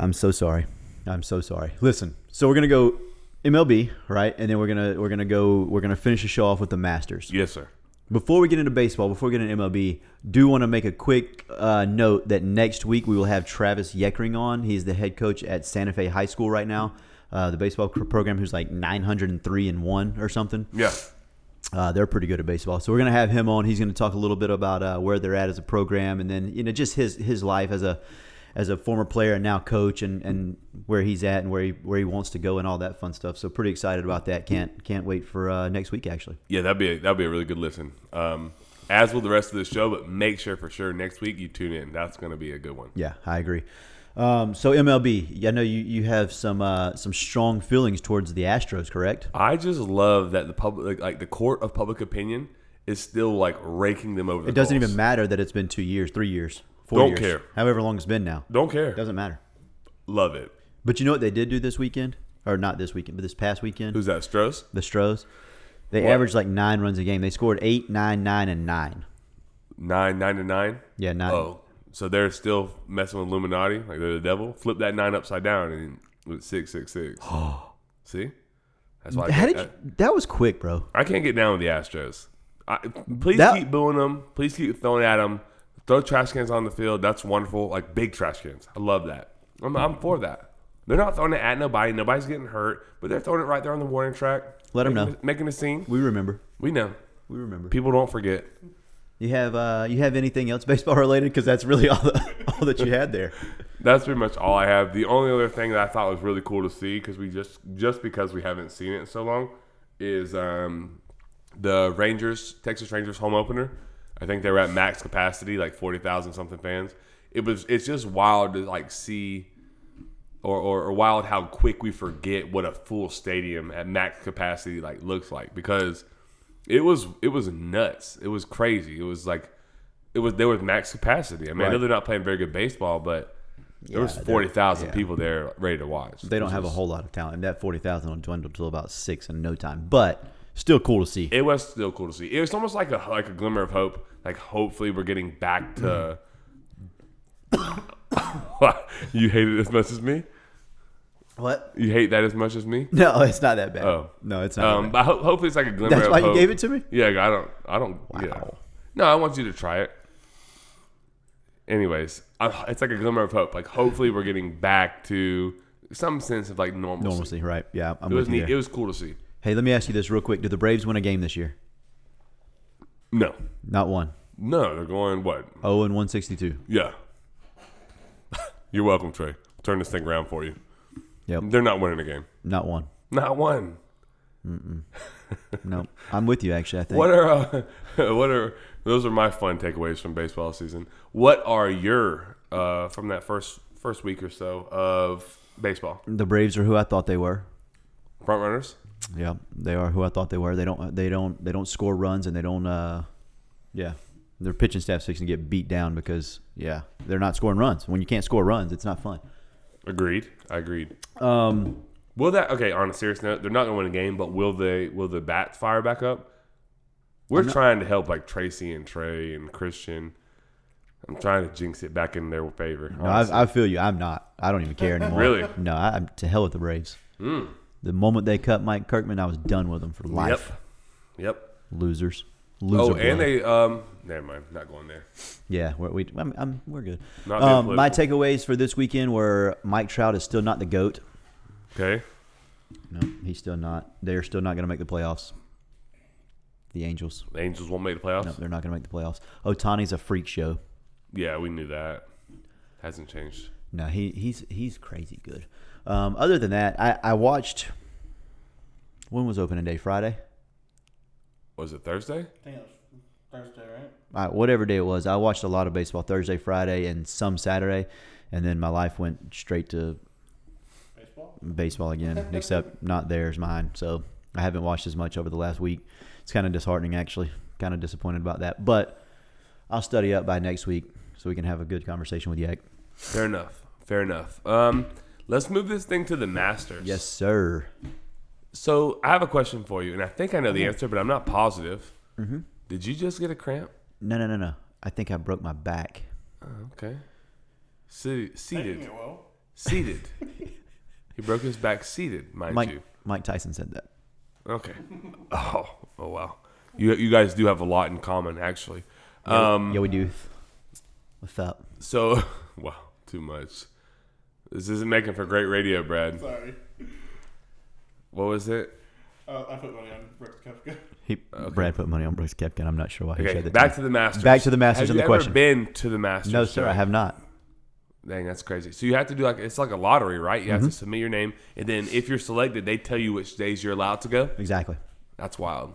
I'm so sorry. I'm so sorry. Listen, so we're gonna go MLB, right? And then we're gonna we're gonna go we're gonna finish the show off with the Masters.
Yes, sir.
Before we get into baseball, before we get into MLB, do want to make a quick uh, note that next week we will have Travis Yeckering on. He's the head coach at Santa Fe High School right now, uh, the baseball cr- program who's like 903 and one or something.
Yeah.
Uh, they're pretty good at baseball, so we're gonna have him on. He's gonna talk a little bit about uh, where they're at as a program, and then you know just his his life as a as a former player and now coach and, and where he's at and where he where he wants to go and all that fun stuff. So pretty excited about that. Can't can't wait for uh, next week actually.
Yeah, that'd be a, that'd be a really good listen. Um, as will the rest of the show, but make sure for sure next week you tune in. That's going to be a good one.
Yeah, I agree. Um, so MLB, I know you, you have some uh, some strong feelings towards the Astros, correct?
I just love that the public, like the court of public opinion, is still like raking them over. The
It doesn't
balls.
even matter that it's been two years, three years, 4
Don't
years,
care.
however long it's been now.
Don't care.
Doesn't matter.
Love it.
But you know what they did do this weekend, or not this weekend, but this past weekend,
Who's that? Stros.
the Stros. They
What?
averaged like nine runs a game. They scored eight, nine, nine, and nine.
Nine nine to nine.
Yeah, nine.
Oh, so they're still messing with Illuminati, like they're the devil. Flip that nine upside down and it's six six six. See, that's why. I
How
can't-
did you, that was quick, bro.
I can't get down with the Astros. I, please
That-
keep booing them. Please keep throwing at them. Throw trash cans on the field. That's wonderful. Like big trash cans. I love that. I'm, I'm for that. They're not throwing it at nobody. Nobody's getting hurt, but they're throwing it right there on the warning track.
Let 'em
Making
know.
a- Making a scene.
We remember.
We know.
We remember.
People don't forget.
You have uh, you have anything else baseball related? Because that's really all the, all that you had there.
That's pretty much all I have. The only other thing that I thought was really cool to see because we just just because we haven't seen it in so long is um, the Rangers Texas Rangers home opener. I think they were at max capacity, like forty thousand something fans. It was it's just wild to like see or, or, or wild how quick we forget what a full stadium at max capacity like looks like because it was it was nuts. It was crazy. It was like it was there was max capacity. I mean, I know
Right.
they're not playing very good baseball, but there was
they're-
forty thousand
yeah.
people there ready to watch.
They don't have a whole lot of talent. That forty thousand will dwindle to about six in no time. But still cool to see.
It was still cool to see. It was almost like a like a glimmer of hope. Like hopefully we're getting back to. you hate it as much as me.
What?
You hate that as much as me.
No, it's not that bad.
Oh.
no, it's not.
Um,
that
but ho- hopefully it's like a glimmer.
That's
of
why you
hope.
gave it to me?
Yeah, I don't. I don't. Yeah.
Wow.
No, I want you to try it. Anyways, I, it's like a glimmer of hope. Like hopefully we're getting back to some sense of like normalcy.
bad. Normalcy, right? Yeah, I'm
It was
with you.
neat.
there.
It was cool to see.
hey, let me ask you this real quick: Do the Braves win a game this year?
No,
Not one.
no, they're going what?
Oh, and one sixty-two.
Yeah. You're welcome, Trey. Turn this thing around for you.
Yep.
They're not winning the game.
Not one.
Not one.
No, I'm with you. Actually, I think.
What are uh, what are those are my fun takeaways from baseball season. What are your uh, from that first first week or so of baseball
The Braves are who I thought they were.
front runners?
Yeah, they are who I thought they were. They don't. They don't. They don't score runs, and they don't. Uh, yeah, their pitching staff's fixing to get beat down because yeah, they're not scoring runs. When you can't score runs, it's not fun.
Agreed. I agreed. Um, will that okay? On a serious note, they're not going to win a game, but will they? Will the bats fire back up? We're trying to help like Tracy and Trey and Christian. I'm trying to jinx it back in their favor.
No, I, I feel you. I'm not. I don't even care anymore.
Really?
No, I, I'm to hell with the Braves.
Hmm.
The moment they cut Mike Kirkman, I was done with them for
yep.
life.
Yep.
Losers.
Oh,
Loser blood.
and they um. Never mind. Not going there.
Yeah, we're, we, I'm, I'm, we're good.
Not being
Um, my
political.
takeaways for this weekend were Mike Trout is still not the goat.
Okay.
No, he's still not. They're still not going to make the playoffs. The Angels.
The Angels won't make the playoffs.
No, they're not going to make the playoffs. Otani's a freak show.
Yeah, we knew that. Hasn't changed.
No, he, he's he's crazy good. Um, other than that, I, I watched. When was opening day? Friday.
Was it Thursday?
think it was Thursday, right?
I, whatever day it was, I watched a lot of baseball Thursday, Friday, and some Saturday, and then my life went straight to
Baseball.
baseball again, except not theirs, mine. So I haven't watched as much over the last week. It's kind of disheartening, actually. Kind of disappointed about that, but I'll study up by next week so we can have a good conversation with Yak.
Fair enough. Fair enough. Um, let's move this thing to the Masters.
Yes, sir.
So I have a question for you, and I think I know the answer, but I'm not positive. Mm-hmm. Did you just get a cramp?
No, no, no, no. I think I broke my back.
Okay. Se-
Taking
seated.
it well.
Seated. he broke his back seated, mind
Mike
you.
Mike Tyson said that.
Okay. Oh, oh wow. You you guys do have a lot in common, actually. Um,
yeah, we do. What's up?
So, wow, too much. This isn't making for great radio, Brad.
Sorry.
What was it?
Uh, I put money on Brooks Koepka.
He, Brad put money on Brooks Koepka. I'm not sure why he
Okay,
said that.
back to the Masters.
Back to the Masters
Have
and
you
the
ever
question.
Been to the Masters?
no, sir, I have not.
Dang, that's crazy. So you have to do like it's like a lottery, right? You have
Mm-hmm.
to submit your name, and then if you're selected, they tell you which days you're allowed to go.
Exactly.
That's wild.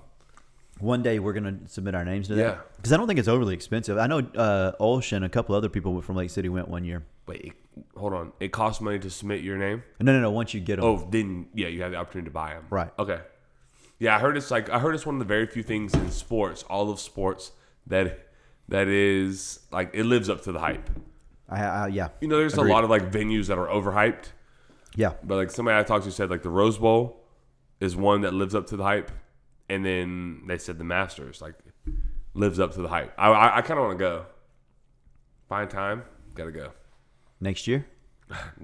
One day we're gonna submit our names to
Yeah.
that because I don't think it's overly expensive. I know uh, Olshan, a couple other people from Lake City went one year.
Wait, it, hold on. It costs money to submit your name.
No, no, no. Once you get them,
Oh, then yeah, you have the opportunity to buy them.
Right.
Okay. Yeah, I heard it's like I heard it's one of the very few things in sports, all of sports that that is like it lives up to the hype.
I, I, yeah,
You know, there's
Agreed.
a lot of like venues that are overhyped,
yeah.
but like somebody I talked to said like the Rose Bowl is one that lives up to the hype, and then they said the Masters like lives up to the hype. I I, I kind of want to go. Find time, gotta go.
Next year,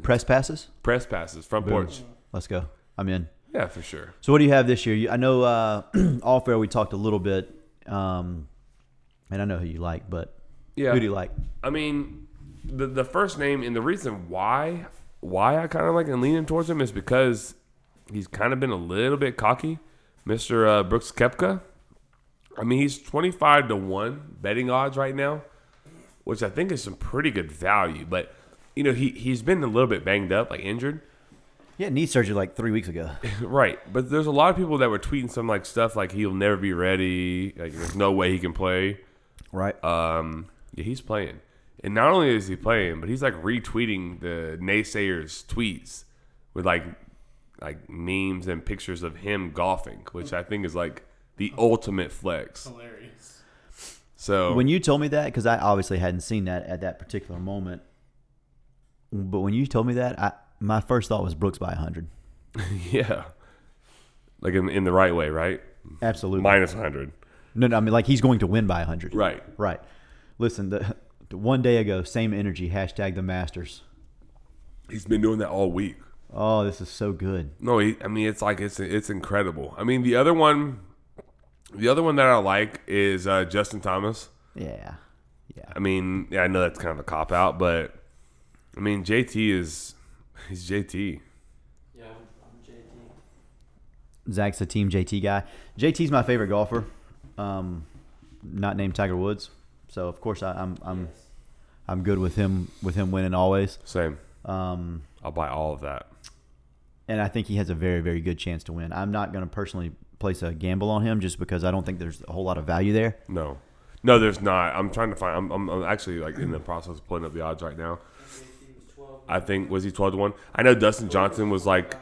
press passes.
Press passes, front porch.
Let's go. I'm in.
Yeah, for sure.
So what do you have this year? You, I know uh, all fair. We talked a little bit, um, and I know who you like, but
Yeah.
who do you like?
I mean, the the first name and the reason why why I kind of like and leaning towards him is because he's kind of been a little bit cocky, Mister uh, Brooks Kepka. I mean, he's twenty five to one betting odds right now, which I think is some pretty good value. But you know, he he's been a little bit banged up, like injured.
Yeah, knee surgery like three weeks ago.
Right, but there's a lot of people that were tweeting some like stuff like he'll never be ready, like there's no way he can play.
Right.
Um, yeah, he's playing, and not only is he playing, but he's like retweeting the naysayers' tweets with like like memes and pictures of him golfing, which I think is like the ultimate flex.
Hilarious.
So
when you told me that, because I obviously hadn't seen that at that particular moment, but when you told me that, I my first thought was Brooks by 100.
yeah, like in, in the right way, right?
Absolutely.
Minus hundred,
no, no, I mean like he's going to win by 100.
right?
Right. Listen, the, the one day ago, same energy hashtag the Masters.
He's been doing that all week.
Oh, this is so good.
No, he, I mean it's like it's it's incredible. I mean the other one, the other one that I like is uh, Justin Thomas.
Yeah. Yeah.
I mean, yeah, I know that's kind of a cop out, but I mean, JT is he's JT.
Yeah, I'm JT.
Zach's a team JT guy. JT's my favorite golfer, um, not named Tiger Woods. So of course I, I'm I'm I'm good with him with him winning always.
Same.
Um,
I'll buy all of that.
and I think he has a very, very good chance to win. I'm not going to personally place a gamble on him just because I don't think there's a whole lot of value there.
No, no, there's not. I'm trying to find. I'm, I'm, I'm actually like in the process of pulling up the odds right now.
JT was 12.
I think was he twelve to one. I know Dustin Johnson was like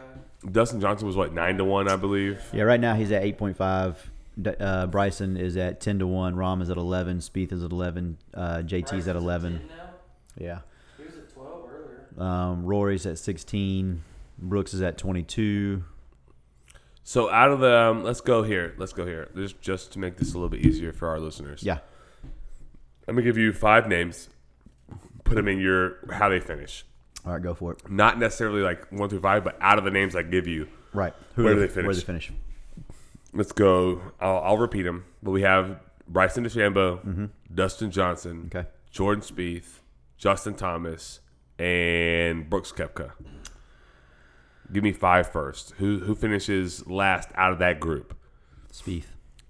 Dustin Johnson was what nine to one, I believe.
Yeah, right now he's at 8.5. D- Uh, Bryson is at 10 to 1. Rom is at 11. Spieth is at 11. Uh, JT's at 11.
Ten now?
Yeah.
He was at 12 earlier.
Um, Rory's at 16. Brooks is at 22.
So out of the, um, let's go here. Let's go here. Just just to make this a little bit easier for our listeners.
Yeah.
I'm gonna give you five names. Put them in your how they finish.
All right, go for it.
not necessarily like one through five, but out of the names I give you.
Right. Who
Where
are
do
the-
they finish?
Where do they finish?
Let's go. I'll, I'll repeat them, but we have Bryson DeChambeau, Dustin Johnson,
Mm-hmm. Okay.
Jordan Spieth, Justin Thomas, and Brooks Kepka. Give me five first. Who who finishes last out of that group?
Spieth.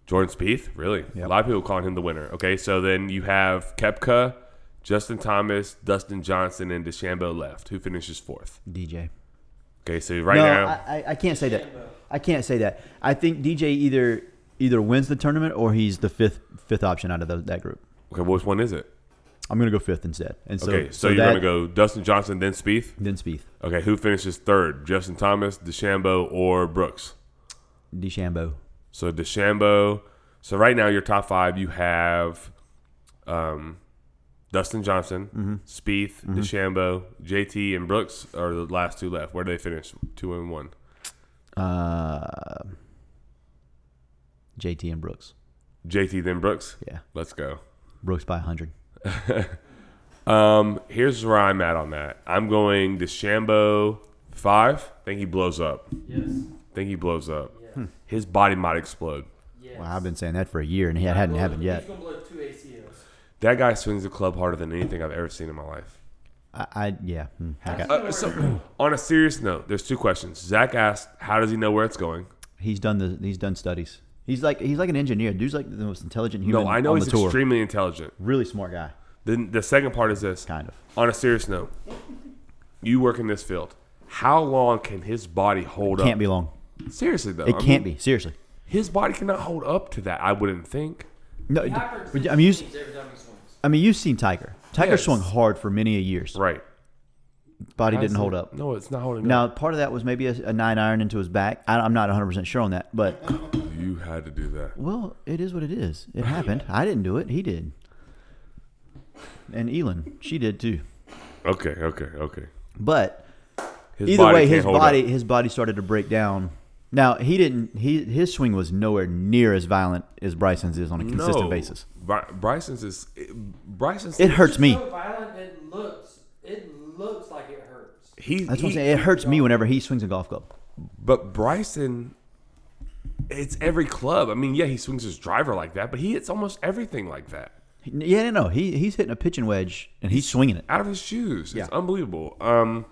Jordan Spieth, really? A lot of people calling him the winner. Okay, so then you have Kepka, Justin Thomas, Dustin Johnson, and DeChambeau left. Who finishes fourth?
DJ.
Okay, so right
no,
now,
I, I, I can't say that. I can't say that. I think DJ either either wins the tournament or he's the fifth fifth option out of tho- that group.
okay, which one is it?
I'm gonna go fifth instead. And so,
Okay,
so
so, you're
that-
gonna go Dustin Johnson, then Spieth.
then Spieth,
Okay, who finishes third? Justin Thomas, DeChambeau, or Brooks?
DeChambeau.
So DeChambeau. So right now, your top five, you have um, Dustin Johnson, Spieth, DeChambeau, JT, and Brooks are the last two left. Where do they finish? Two and one.
Uh, JT and Brooks.
JT, then Brooks.
Yeah,
Let's go.
Brooks by 100.
Um, here's where I'm at on that. I'm going DeChambeau five. think he blows up.
Yes.
Hmm.
think he blows up.
Yes.
His body might explode.
Yes.
Wow, I've been saying that for a year and it hadn't
Blow-
happened yet.
He's going to blow two ACLs.
That guy swings the club harder than anything I've ever seen in my life.
I, I yeah. hmm, I got-
Uh, so, on a serious note, there's two questions. Zach asked, "How does he know where it's going?"
he's done the he's done studies. He's like he's like an engineer. Dude's like the most intelligent human.
No, I know
on
he's
the tour.
extremely intelligent,
really smart guy.
Then the second part is this.
Kind of.
On a serious note, you work in this field. How long can his body hold
Can't
up?
be long.
Seriously though,
It
I mean,
can't be. Seriously.
His body cannot hold up to that. I wouldn't think.
No,
Tiger
but, I mean, you,
swings every time he swings.
I mean, you've seen Tiger. Tiger
Yes.
swung hard for many a years.
Right.
Body
How's
didn't hold
it-
up.
No, it's not holding
Now, part of that was maybe a, a nine iron into his back. I, I'm not 100% sure on that, but
up. You had to do that.
well, it is what it is. It happened. I didn't do it. He did. And Elon, she did too.
Okay, okay, okay.
But
His
either way,
can't
his
hold up.
body his body started to break down. Now he didn't. He his swing was nowhere near as violent as Bryson's is on a consistent
No.
basis.
Bry- Bryson's is it- Bryson's.
It hurts me.
So violent it looks. It looks like it hurts.
He,
That's what I'm
he-
saying. It hurts me whenever he swings a golf club.
But Bryson, it's every club. I mean, yeah, he swings his driver like that, but he hits almost everything like that
Yeah, no, no. He he's hitting a pitching wedge and he's swinging it.
out of his shoes. It's
Yeah.
unbelievable. Um,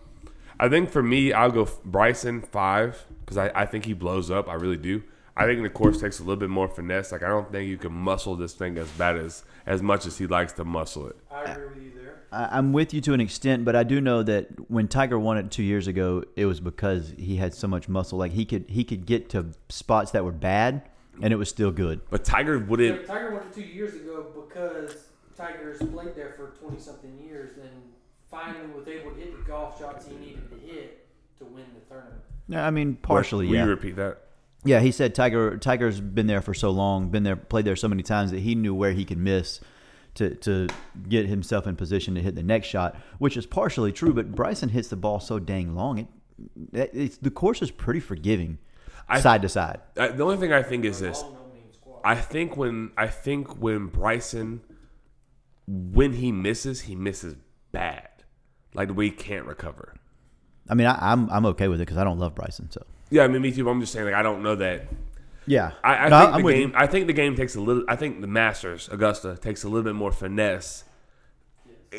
I think for me, I'll go f- Bryson five because I, I think he blows up. I really do. I think the course takes a little bit more finesse. Like I don't think you can muscle this thing as bad as as much as he likes to muscle it.
I agree with you there.
I, I'm with you to an extent, but I do know that when Tiger won it two years ago, it was because he had so much muscle. Like he could he could get to spots that were bad, and it was still good.
But Tiger wouldn't
But Tiger won it two years ago because Tiger's played there for twenty something years and finally was able to hit the golf shots he needed to hit to win the tournament.
No, I mean partially.
Will
yeah,
you repeat that?
yeah. He said Tiger Tiger's been there for so long, been there, played there so many times that he knew where he could miss. To, to get himself in position to hit the next shot, which is partially true, but Bryson hits the ball so dang long. It, it it's, the course is pretty forgiving,
I-
side to side.
I, the only thing I think is this:
Long don't mean squat.
I think when I think when Bryson, when he misses, he misses bad, like the way he can't recover.
I mean, I, I'm I'm okay with it because I don't love Bryson. So
Yeah, I mean, me too. but I'm just saying, like, I don't know that.
yeah,
I, I
No,
think
I'm
the
with you.
game. I think the game takes a little. I think the Masters, Augusta, takes a little bit more finesse.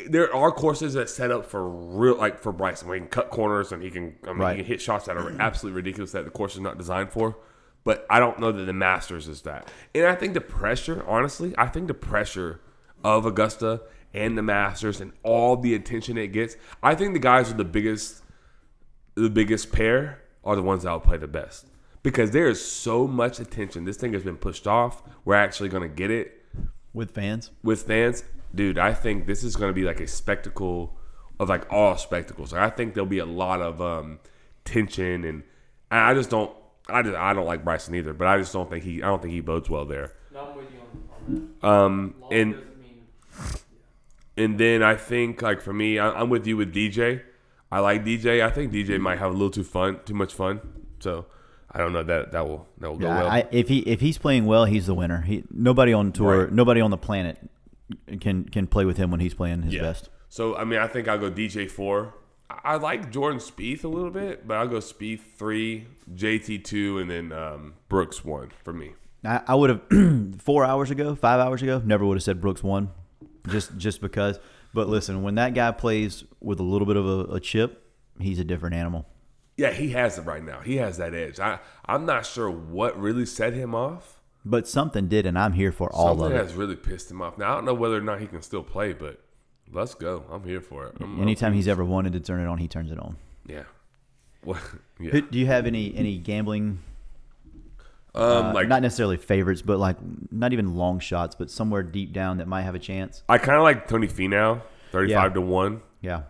There are courses that set up for real, like for Bryson, where he can cut corners and he can, I mean,
Right.
he can hit shots that are absolutely ridiculous that the course is not designed for. But I don't know that the Masters is that. And I think the pressure, honestly, I think the pressure of Augusta and the Masters and all the attention it gets, I think the guys are the biggest the biggest pair are the ones that will play the best because there is so much attention. This thing has been pushed off. We're actually going to get it
with fans.
with fans. Dude, I think this is going to be like a spectacle of like all spectacles. Like, I think there'll be a lot of um, tension and and I just don't I just I don't like Bryson either, but I just don't think he I don't think he bodes well there.
No, I'm with you on, on
Um
that. Long
and
doesn't mean
And then I think, like for me, I, I'm with you with DJ. I like DJ. I think DJ might have a little too fun, too much fun. So I don't know that that will that will go
Yeah,
well.
I, if he if he's playing well, he's the winner. He nobody on tour,
Right.
nobody on the planet can can play with him when he's playing his best.
So I mean, I think I'll go DJ four. I, I like Jordan Spieth a little bit, but I'll go Spieth three, JT two, and then um, Brooks one for me.
I, I would have four hours ago, five hours ago, never would have said Brooks won, just just because. But listen, when that guy plays with a little bit of a, a chip, he's a different animal.
Yeah, he has it right now. He has that edge. I I'm not sure what really set him off.
But something did, and I'm here for all
Something
of it.
has really pissed him off. Now I don't know whether or not he can still play, but let's go. I'm here for it. I'm- I'm-
Anytime he's ever wanted to turn it on, he turns it on.
Yeah. Well, yeah.
Who- Do you have any any gambling
um, like
uh, not necessarily favorites, but like not even long shots, but somewhere deep down that might have a chance.
I kind of like Tony Finau, thirty-five
Yeah.
to one.
Yeah.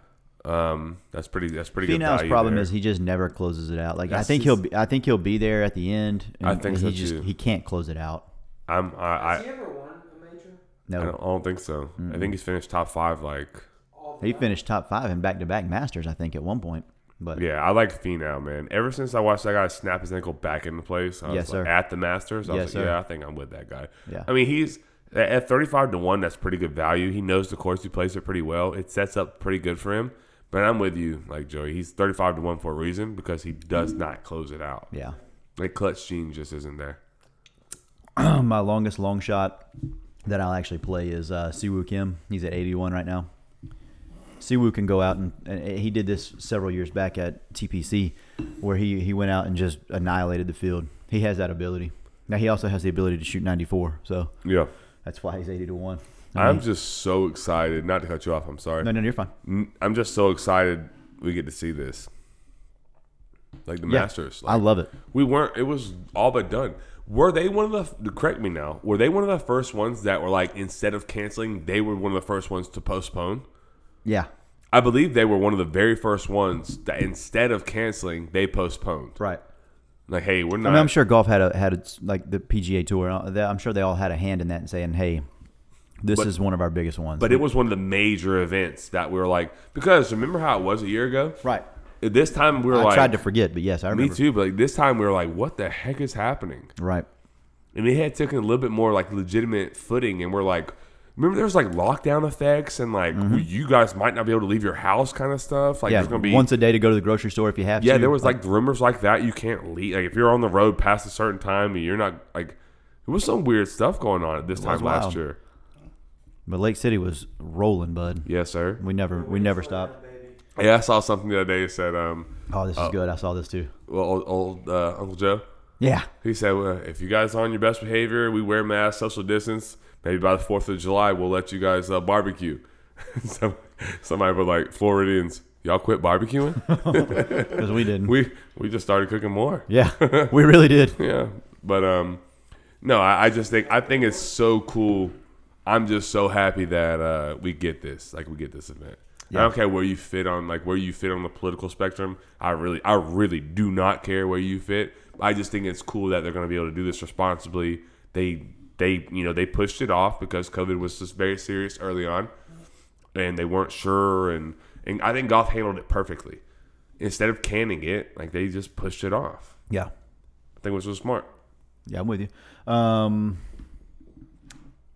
Um, that's pretty. That's pretty good.
Finau's
value
problem
there.
is he just never closes it out. Like I
That's
think
just-
he'll be, I think he'll be there at the end. And
I think
he
so,
just
too.
he can't close it out.
I'm. I.
Has
I,
he ever won a major?
I,
No.
don't, I don't think so. I
Mm-hmm.
think he's finished top five. Like,
All the
He
time?
finished top 5 in back-to-back Masters I think at one point. But
yeah, I like Finau, man. Ever since I watched that guy snap his ankle back into place, I was
Yes, sir.
like, at the Masters, I was
Yes,
like,
sir.
yeah, I think I'm with that guy.
Yeah.
I mean, he's at- at thirty-five to one. That's pretty good value. He knows the course. He plays it pretty well. It sets up pretty good for him. But I'm with you, like Joey. He's thirty-five to one for a reason because he does
Mm-hmm.
not close it out.
yeah.
Like clutch gene just isn't there.
My longest long shot that I'll actually play is uh, Siwoo Kim. He's at 81 right now. Siwoo can go out and, and he did this several years back at TPC, where he he went out and just annihilated the field. He has that ability. Now he also has the ability to shoot 94, so
Yeah.
that's why he's 80 to one. to
I'm
me.
just so excited. Not to cut you off. I'm sorry.
no, no, you're fine.
N- I'm just so excited we get to see this. Like the
Yeah.
Masters.
I
Like,
love it.
we weren't. It was all but done. Were they one of the? Correct me now. Were they one of the first ones that were like instead of canceling, they were one of the first ones to postpone?
Yeah,
I believe they were one of the very first ones that instead of canceling, they postponed.
right.
Like, hey, we're
I
not.
mean, I'm sure golf had a had a, like the PGA Tour. uh, they- I'm sure they all had a hand in that and saying, "Hey, this
But-
is one of our biggest ones."
But it was one of the major events that we were like, because remember how it was a year ago?
right.
At This time we were
I
like,
tried to forget, but yes, I
me
remember.
too. But like this time we were like, what the heck is happening?
Right.
And it had taken a little bit more like legitimate footing, and we're like, remember there was like lockdown effects and like you guys might not be able to leave your house kind of stuff. Like
Mm-hmm. yeah.
there's gonna be
once a day to go to the grocery store if you have to.
yeah, there was like rumors like that. You can't leave. Like if you're on the road past a certain time, and you're not like there was some weird stuff going on at this
was
time last
wild.
year.
But Lake City was rolling, bud.
Yes, sir.
We never we never stopped.
Yeah, I saw something the other day. that Said um,
Oh, this is good. I saw this too.
well, old, old uh, Uncle Joe.
Yeah.
He said, well, if you guys are on your best behavior, we wear masks, social distance. Maybe by the 4th of July, we'll let you guys uh, barbecue. Some, somebody was like, Floridians, y'all quit barbecuing?
Because we didn't.
we we just started cooking more.
yeah. We really did.
Yeah. But um, no, I, I just think I think it's so cool. I'm just so happy that uh, we get this. Like we get this event. I don't care where you fit on like where you fit on the political spectrum. I really I really do not care where you fit. I just think it's cool that they're gonna be able to do this responsibly. They they you know, they pushed it off because COVID was just very serious early on and they weren't sure and, and I think golf handled it perfectly. Instead of canning it, like they just pushed it off.
Yeah.
I think it was so smart.
Yeah, I'm with you. Um,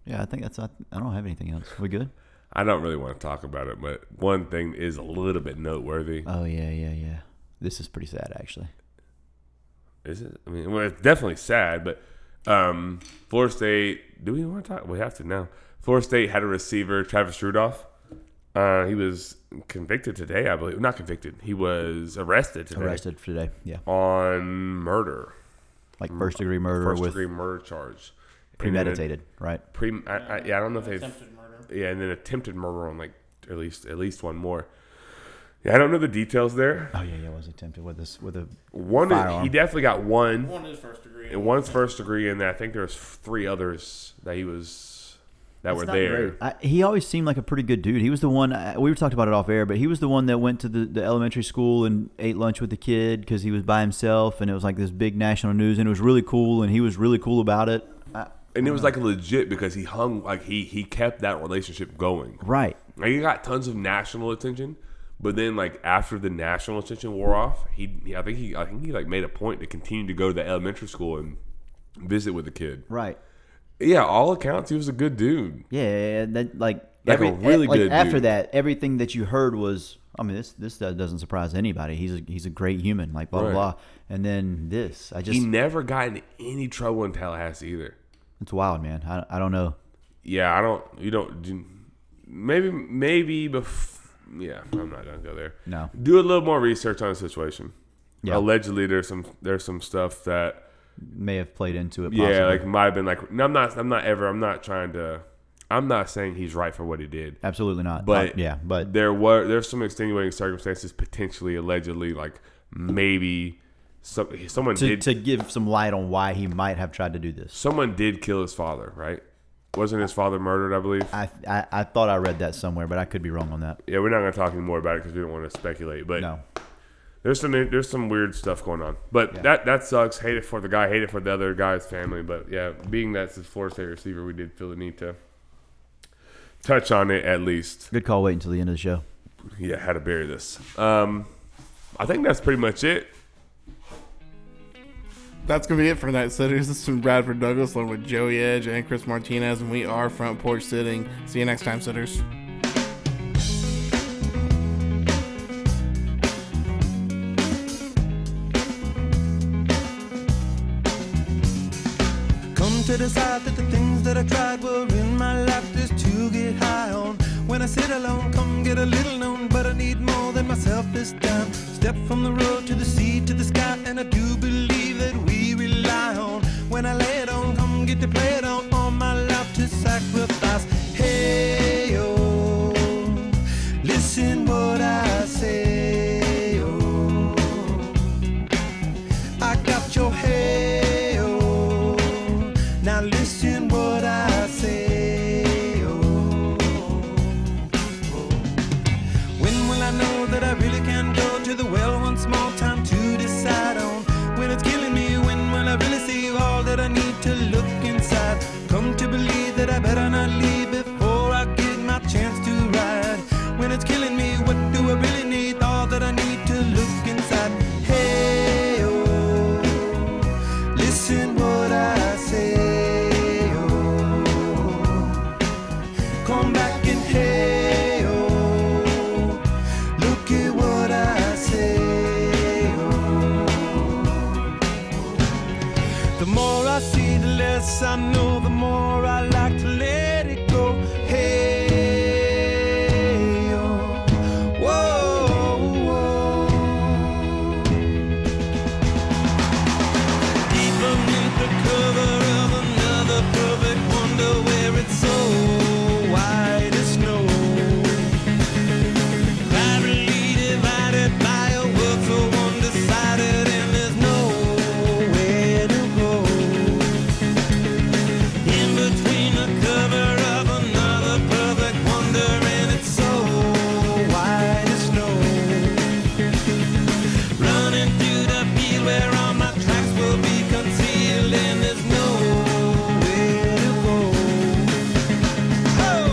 yeah, I think that's. I don't have anything else. We good?
I don't really want to talk about it, but one thing is a little bit noteworthy.
Oh yeah, yeah, yeah. This is pretty sad, actually.
Is it? I mean, well, it's definitely sad, but um, Florida State. Do we want to talk? We have to now. Florida State had a receiver, Travis Rudolph. Uh, he was convicted today, I believe. Not convicted. He was arrested today
Arrested for today. Yeah,
on murder,
like first degree murder
Mm, first
with
degree murder charge, And then a
premeditated, right?
Pre, I, I, yeah, I don't know if they've
Attempted murder.
yeah, and then attempted murder on like at least at least one more. Yeah, I don't know the details there.
Oh yeah, yeah. Was attempted with this with a
One,
Firearm.
he definitely got one.
One is first degree.
And one's first degree, and I think there's three others that he was that were
not
there.
great.
I, he always seemed like a pretty good dude. He was the one I, we were talking about it off air, but he was the one that went to the, the elementary school and ate lunch with the kid because he was by himself, and it was like this big national news, and it was really cool, and he was really cool about it. Uh, I,
And it was
Uh-huh.
like legit because he hung like he he kept that relationship going.
right?
Like he got tons of national attention, but then like after the national attention wore off, he he- I think he I think he like made a point to continue to go to the elementary school and visit with the kid.
Right.
Yeah, all accounts he was a good dude.
Yeah, yeah, yeah, that like eh,
Like a really
like,
good
after
dude.
that, everything that you heard was. I mean, this this doesn't surprise anybody. He's a, he's a great human, like blah blah
Right.
blah. And then this, I just
He never got in any trouble in Tallahassee either.
it's wild, man. I, I don't know.
yeah, I don't. You don't. Do, maybe, maybe bef- Yeah, I'm not gonna go there.
No.
Do a little more research on the situation.
Yeah.
Allegedly, there's some there's some stuff that
May have played into it. Possibly.
yeah, like might have been like. No, I'm not. I'm not ever. I'm not trying to. I'm not saying he's right for what he did,
absolutely not.
but
Uh, yeah, but
there were there's some extenuating circumstances potentially, allegedly, like maybe some someone
to,
did
to give some light on why he might have tried to do this.
someone did kill his father, right? Wasn't his father murdered? I believe.
I, I, I thought I read that somewhere, but I could be wrong on that.
Yeah, we're not gonna talk anymore about it because we don't want to speculate. But
No.
there's some there's some weird stuff going on, but that that sucks. Hate it for the guy, hate it for the other guy's family. But yeah, being that's his Florida State receiver, we did feel the need to touch on it at least.
Good call. Wait until the end of the show.
Yeah, how to bury this. Um, I think that's pretty much it.
That's gonna be it for tonight, sitters. This is from Bradford Douglas along with Joey Edge and Chris Martinez, and we are front porch sitting. See you next time, sitters.
Come to decide that the things that I tried were in my life just to get high on. When I sit alone, come get a little known, but I need more than myself this time. Step from the road to the sea to the sky, and I do believe that we rely on. When I lay it on, come get to play it on, all my life to sacrifice. Hey. oh. I know that I really can go to the well once more time to decide on when it's killing me. When will I really see all that I need to look inside? Come to believe that I better not leave before I get my chance to ride. When it's killing me, what do I really need? All that I need to look inside. Hey, oh, listen what I say. Oh. Come back and hey oh, look at what I say oh. The more I see, the less I know. The more I like to let it go. Hey oh, whoa. whoa. Underneath the cover of another perfect wonder where it's so white as snow. Virally divided by a world so undecided and there's nowhere to go. In between the cover of another perfect wonder and it's so white as snow. Running through the field where all my tracks will be concealed and there's nowhere to go. Oh!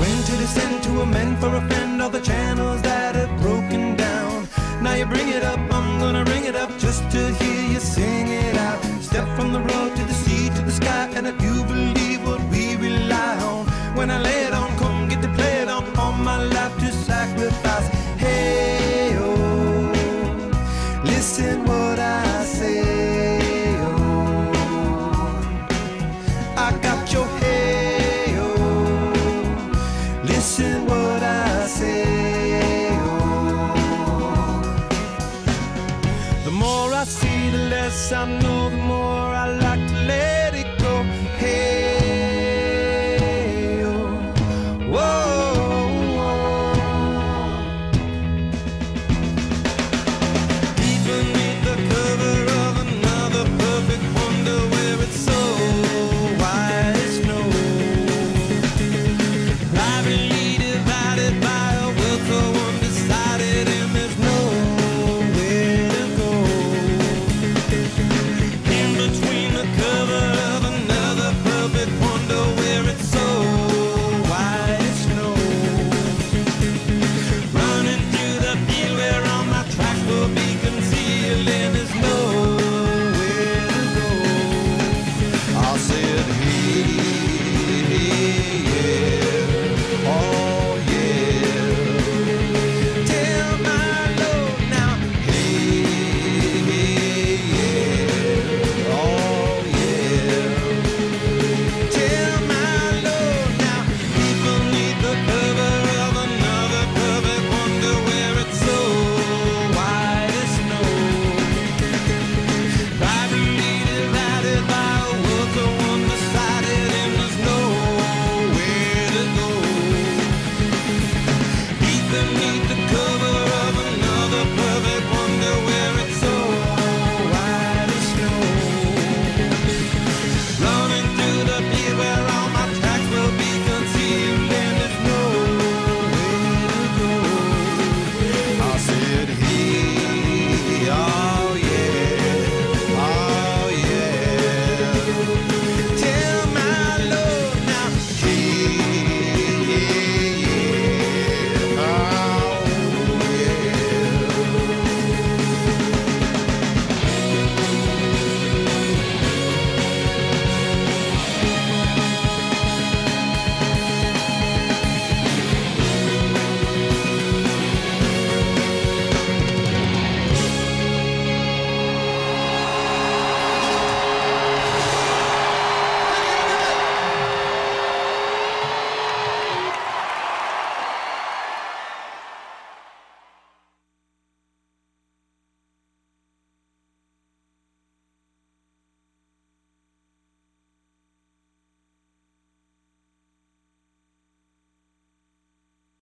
When to descend to amend for a friend all the channels that have broken down. Now you bring it up, I'm gonna ring it up just to hear you sing it out. Step from the road to the sea to the sky, and if you oh, oh. oh. oh. oh. oh Oh,